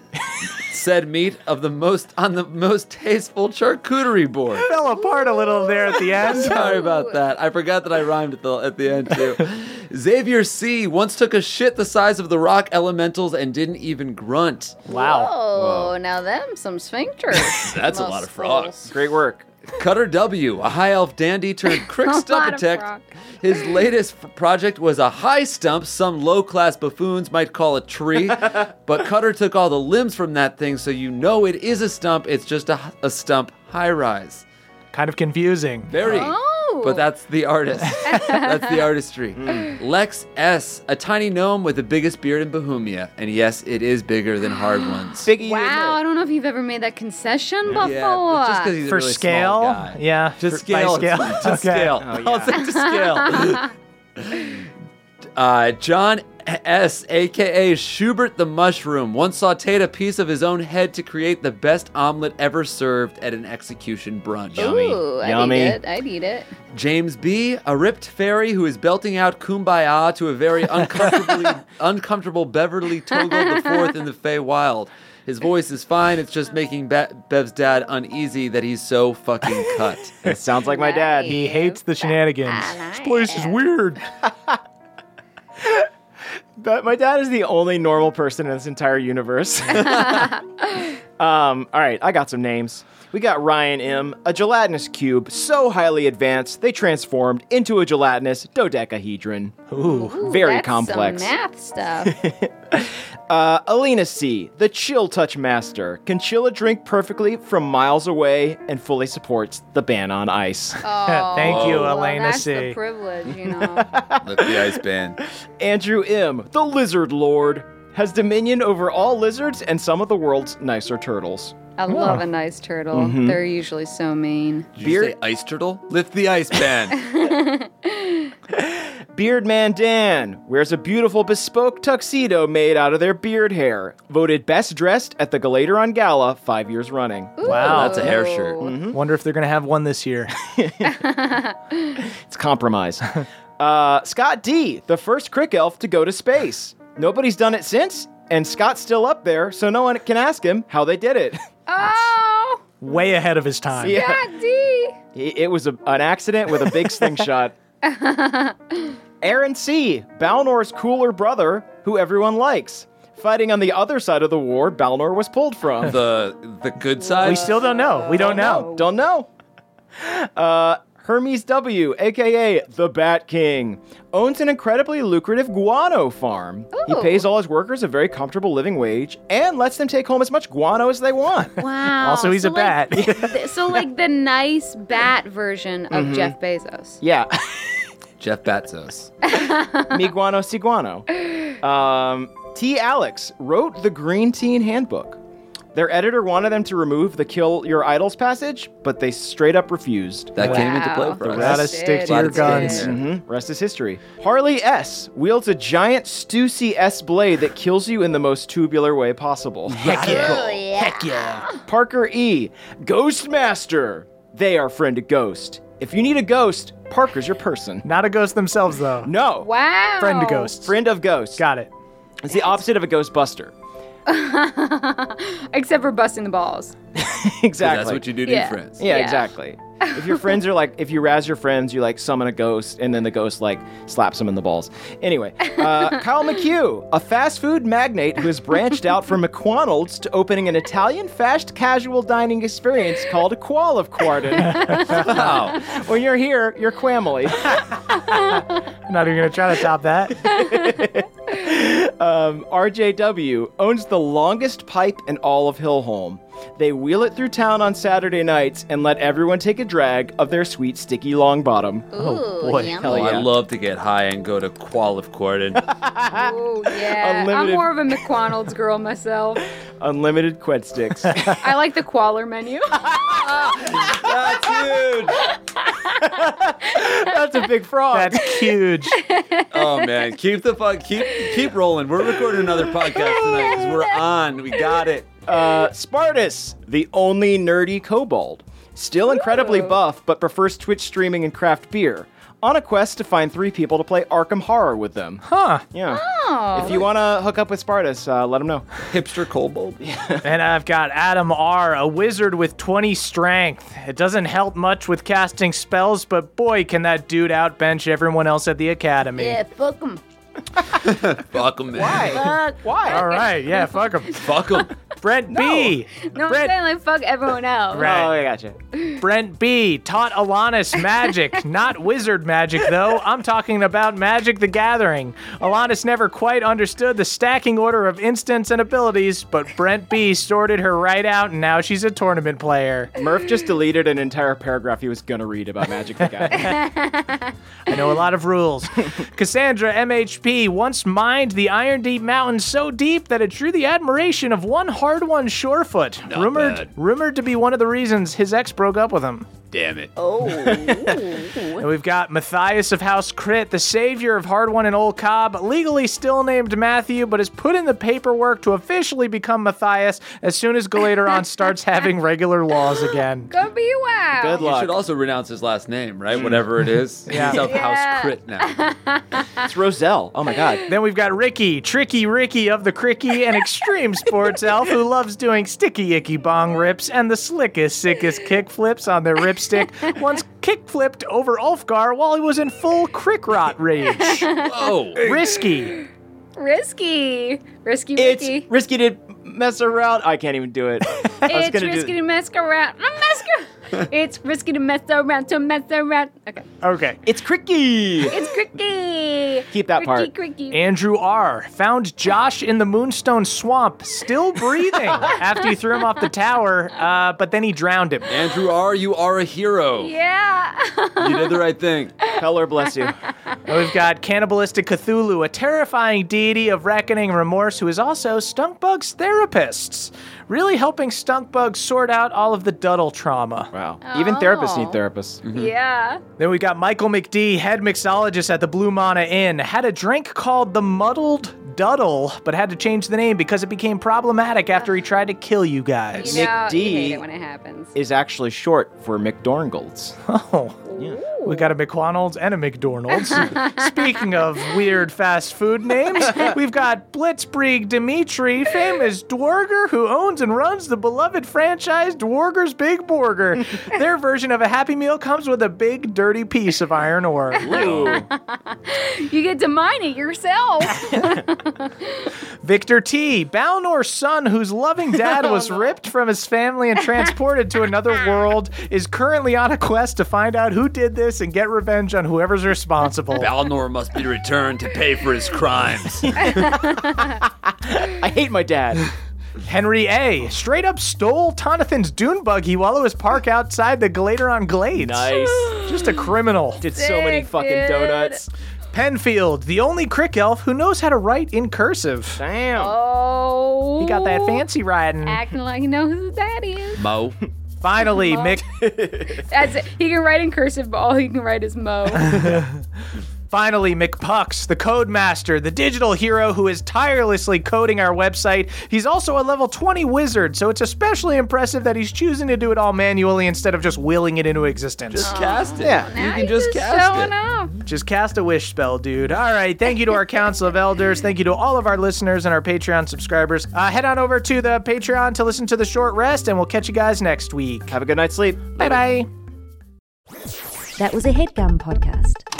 S3: said meat of the most on the most tasteful charcuterie board.
S1: Fell apart a little there at the end.
S3: Sorry about that. I forgot that I rhymed at the at the end too. Xavier C once took a shit the size of the rock elementals and didn't even grunt.
S13: Oh, now them some sphincters.
S3: That's a lot
S13: Most
S3: of frogs.
S4: Oh, Great work.
S3: Cutter W, a high elf dandy turned crick
S13: A
S3: stump
S13: lot of frog.
S3: architect. His latest f- project was a high stump some low class buffoons might call a tree, but Cutter took all the limbs from that thing, so you know it is a stump. It's just a, h- a stump high rise.
S1: Kind of confusing.
S3: Very.
S13: Oh.
S3: But that's the artist. that's the artistry. Lex S, a tiny gnome with the biggest beard in Bohemia. And yes, it is bigger than hard ones.
S13: wow, I don't know if you've ever made that concession before.
S3: but just 'cause he's a
S1: For
S3: really small
S1: scale?
S3: guy.
S1: Yeah,
S3: to
S1: for- by
S3: scale.
S1: scale.
S3: it's- To
S1: Okay.
S3: scale.
S1: Oh,
S3: I'll say to scale. Uh, John S., aka Schubert the Mushroom, once sauteed a piece of his own head to create the best omelet ever served at an execution brunch.
S13: Ooh, I'd eat it. I'd eat it.
S3: James B., a ripped fairy who is belting out Kumbaya to a very uncomfortably, uncomfortable Beverly Togo the Fourth in the Fey Wild. His voice is fine, it's just making Be- Bev's dad uneasy that he's so fucking cut.
S4: It sounds like my dad.
S1: He hates the shenanigans. This place is weird.
S4: But my dad is the only normal person in this entire universe. um, all right, I got some names. We got Ryan M, a gelatinous cube so highly advanced they transformed into a gelatinous dodecahedron.
S13: Ooh,
S4: very
S13: that's
S4: complex.
S13: Some math stuff.
S4: Uh, Alina C, the chill touch master, can chill a drink perfectly from miles away and fully supports the ban on ice.
S13: Oh,
S1: Thank you,
S13: well,
S1: Elena
S13: that's
S1: C.
S13: the privilege, you know.
S3: Look, the ice band.
S4: Andrew M, the lizard lord, has dominion over all lizards and some of the world's nicer turtles.
S13: I love a nice turtle.
S4: Mhm.
S13: They're usually so mean.
S3: Did you say ice turtle? Lift the ice band.
S4: Beardman Dan wears a beautiful bespoke tuxedo made out of their beard hair. Voted best dressed at the Galateron Gala five years running.
S3: Oh.
S1: Wow. That's a hair
S3: shirt.
S1: Wonder if they're going to have one this year.
S4: It's compromise. uh, Scott D, the first Crick Elf to go to space. Nobody's done it since, and Scott's still up there, so no one can ask him how they did it.
S13: Oh,
S1: Way ahead of his time.
S4: Yeah.
S13: God, D.
S4: It it was a, an accident with a big slingshot. Aaron C., Balnor's cooler brother, who everyone likes. Fighting on the other side of the war Balnor was pulled from.
S3: the the good side.
S1: We still don't know. We don't know.
S4: Don't know. Uh, Hermes W., aka the Bat King, owns an incredibly lucrative guano farm. He pays all his workers a very comfortable living wage and lets them take home as much guano as they want.
S13: Wow.
S4: Also, he's
S13: so
S4: a
S13: like-
S4: bat.
S13: th- so, like the nice bat version of
S4: Mhm.
S13: Jeff Bezos.
S4: yeah.
S3: Jeff Bezos.
S4: Miguano Siguano. Um, T. Alex wrote the Green Teen Handbook. Their editor wanted them to remove the kill your idols passage, but they straight up refused.
S3: That came into play Wow. for
S4: The
S3: us.
S4: rest-
S3: Gotta stick to your Gotta stick to guns.
S4: Mhm. Rest is history. Harley S. wields a giant Stussy S blade that kills you in the most tubular way possible. Heck
S1: Heck yeah.
S4: Parker E. Ghostmaster. They are friend to ghost. If you need a ghost, Parker's your person.
S1: Not a ghost themselves, though.
S4: No.
S13: Wow.
S1: Friend ghosts.
S4: Friend of ghosts.
S1: Got it.
S4: It's the opposite of a ghostbuster.
S13: Except for busting the balls.
S4: exactly.
S3: That's what you do to
S13: Yeah.
S3: your friends.
S4: Yeah,
S13: Yeah.
S4: exactly. if your friends are like, if you razz your friends, you like summon a ghost, and then the ghost like slaps them in the balls. Anyway, uh, Kyle McHugh, a fast food magnate who has branched out from McDonald's to opening an Italian fast casual dining experience called a Qual of Quarden.
S3: Wow.
S4: When you're here, you're Quamily.
S1: I'm not even gonna try to top that.
S4: um, RJW owns the longest pipe in all of Hillholm. They wheel it through town on Saturday nights and let everyone take a drag of their sweet sticky long bottom.
S13: Ooh, yummy.
S4: Hell
S3: Oh, I
S4: yeah.
S3: love to get high and go to Qual of Corden.
S13: Oh, yeah.
S4: Unlimited-
S10: I'm more of a McDonald's girl myself.
S4: Unlimited qued sticks.
S10: I like the Qualler menu.
S3: That's huge.
S4: That's a big frog.
S1: That's huge.
S3: oh man, keep the fuck, keep keep rolling. We're recording another podcast tonight because we're on. We got it.
S4: Uh, Spartus, the only nerdy kobold. Still incredibly buff, but prefers Twitch streaming and craft beer. On a quest to find three people to play Arkham Horror with them.
S1: Huh.
S4: Yeah.
S13: Oh.
S4: If you want to hook up with Spartus, uh, let him know.
S3: Hipster kobold.
S1: and I've got Adam R, a wizard with 20 strength. It doesn't help much with casting spells, but boy, can that dude outbench everyone else at the academy.
S13: Yeah, fuck them.
S3: Fuck them, man.
S13: Fuck.
S4: Why?
S1: All right, yeah, fuck him.
S3: Fuck them.
S1: Brent B.
S13: No, I'm
S1: Brett-
S13: saying like fuck everyone else.
S1: Right.
S4: Oh, I gotcha.
S1: Brent B taught Alanis magic, not wizard magic though. I'm talking about Magic the Gathering. Alanis never quite understood the stacking order of instants and abilities, but Brent B sorted her right out and now she's a tournament player.
S4: Murph just deleted an entire paragraph he was going to read about Magic the Gathering.
S1: I know a lot of rules. Cassandra MHP once mined the Iron Deep Mountain so deep that it drew the admiration of one hard won Shorefoot, rumored
S3: bad.
S1: rumored to be one of the reasons his ex broke up with him.
S3: Damn it.
S1: And we've got Matthias of House Crit, the savior of Hard One and Old Cobb, legally still named Matthew, but has put in the paperwork to officially become Matthias as soon as Galateron starts having regular laws again.
S10: Go be wow.
S4: Good
S3: You
S4: luck.
S3: should also renounce his last name, right? Whatever it is.
S1: Yeah.
S3: He's a
S10: Yeah.
S3: house crit now.
S4: It's Roselle. Oh my God.
S1: Then we've got Ricky, Tricky Ricky of the Cricky and Extreme Sports Elf, who loves doing sticky icky bong rips and the slickest, sickest kick flips on their ripstick, once kick flipped over Ulfgar while he was in full crick rot rage.
S3: Whoa.
S1: Risky.
S10: Risky. Risky
S4: It's
S10: Ricky.
S4: risky to mess around. I can't even do it. I was
S10: It's,
S4: gonna
S10: risky
S4: do
S10: to mess around. Not mess around. it's risky to mess around to mess around. Okay.
S1: Okay.
S4: It's cricky.
S10: It's cricky.
S4: Keep that
S10: cricky,
S4: part.
S10: Cricky.
S1: Andrew R. found Josh in the Moonstone Swamp, still breathing after you threw him off the tower, uh, but then he drowned him.
S3: Andrew R., you are a hero.
S10: yeah.
S3: You did the right thing.
S4: Peller, bless you.
S1: And we've got Cannibalistic Cthulhu, a terrifying deity of reckoning and remorse who is also Stunk Bug's therapist, really helping Stunk Bug sort out all of the Duddle trauma.
S4: Wow. Even therapists need therapists.
S10: yeah.
S1: Then we got Michael McD, head mixologist at the Blue Mana Inn, had a drink called the Muddled Duddle, but had to change the name because it became problematic after he tried to kill you guys.
S10: You know,
S4: McD.
S10: you hate it when it happens.
S4: Is actually short for McDorngold's.
S1: Oh. We got a McDonald's and a McDonald's. Speaking of weird fast food names, we've got Blitzkrieg Dimitri, famous Dwarger who owns and runs the beloved franchise Dwarger's Big Burger. Their version of a Happy Meal comes with a big, dirty piece of iron ore.
S10: You get to mine it yourself.
S1: Victor T, Balnor's son, whose loving dad was ripped from his family and transported to another world, is currently on a quest to find out who did this and get revenge on whoever's responsible.
S3: Balnor must be returned to pay for his crimes.
S4: I hate my dad.
S1: Henry A. straight up stole Tonathan's dune buggy while it was parked outside the Gladeron Glades.
S4: Nice.
S1: Just a criminal.
S4: Did so many
S10: Sick,
S4: fucking
S10: dude.
S4: donuts.
S1: Penfield, the only crick elf who knows how to write in cursive.
S4: Damn.
S10: oh.
S1: He got that fancy riding.
S10: Acting like he knows who that is.
S3: Mo.
S1: Finally, Mick
S10: That's it. He can write in cursive, but all he can write is Mo.
S1: Finally, McPucks, the code master, the digital hero who is tirelessly coding our website. He's also a level 20 wizard, so it's especially impressive that he's choosing to do it all manually instead of just willing it into existence.
S3: Just cast it.
S1: Yeah.
S3: you can just cast it.
S1: Just cast a wish spell, dude. All right. Thank you to our Council of Elders. Thank you to all of our listeners and our Patreon subscribers. Uh, head on over to the Patreon to listen to the short rest, and we'll catch you guys next week.
S4: Have a good night's sleep.
S1: Bye bye.
S14: That was a headgum podcast.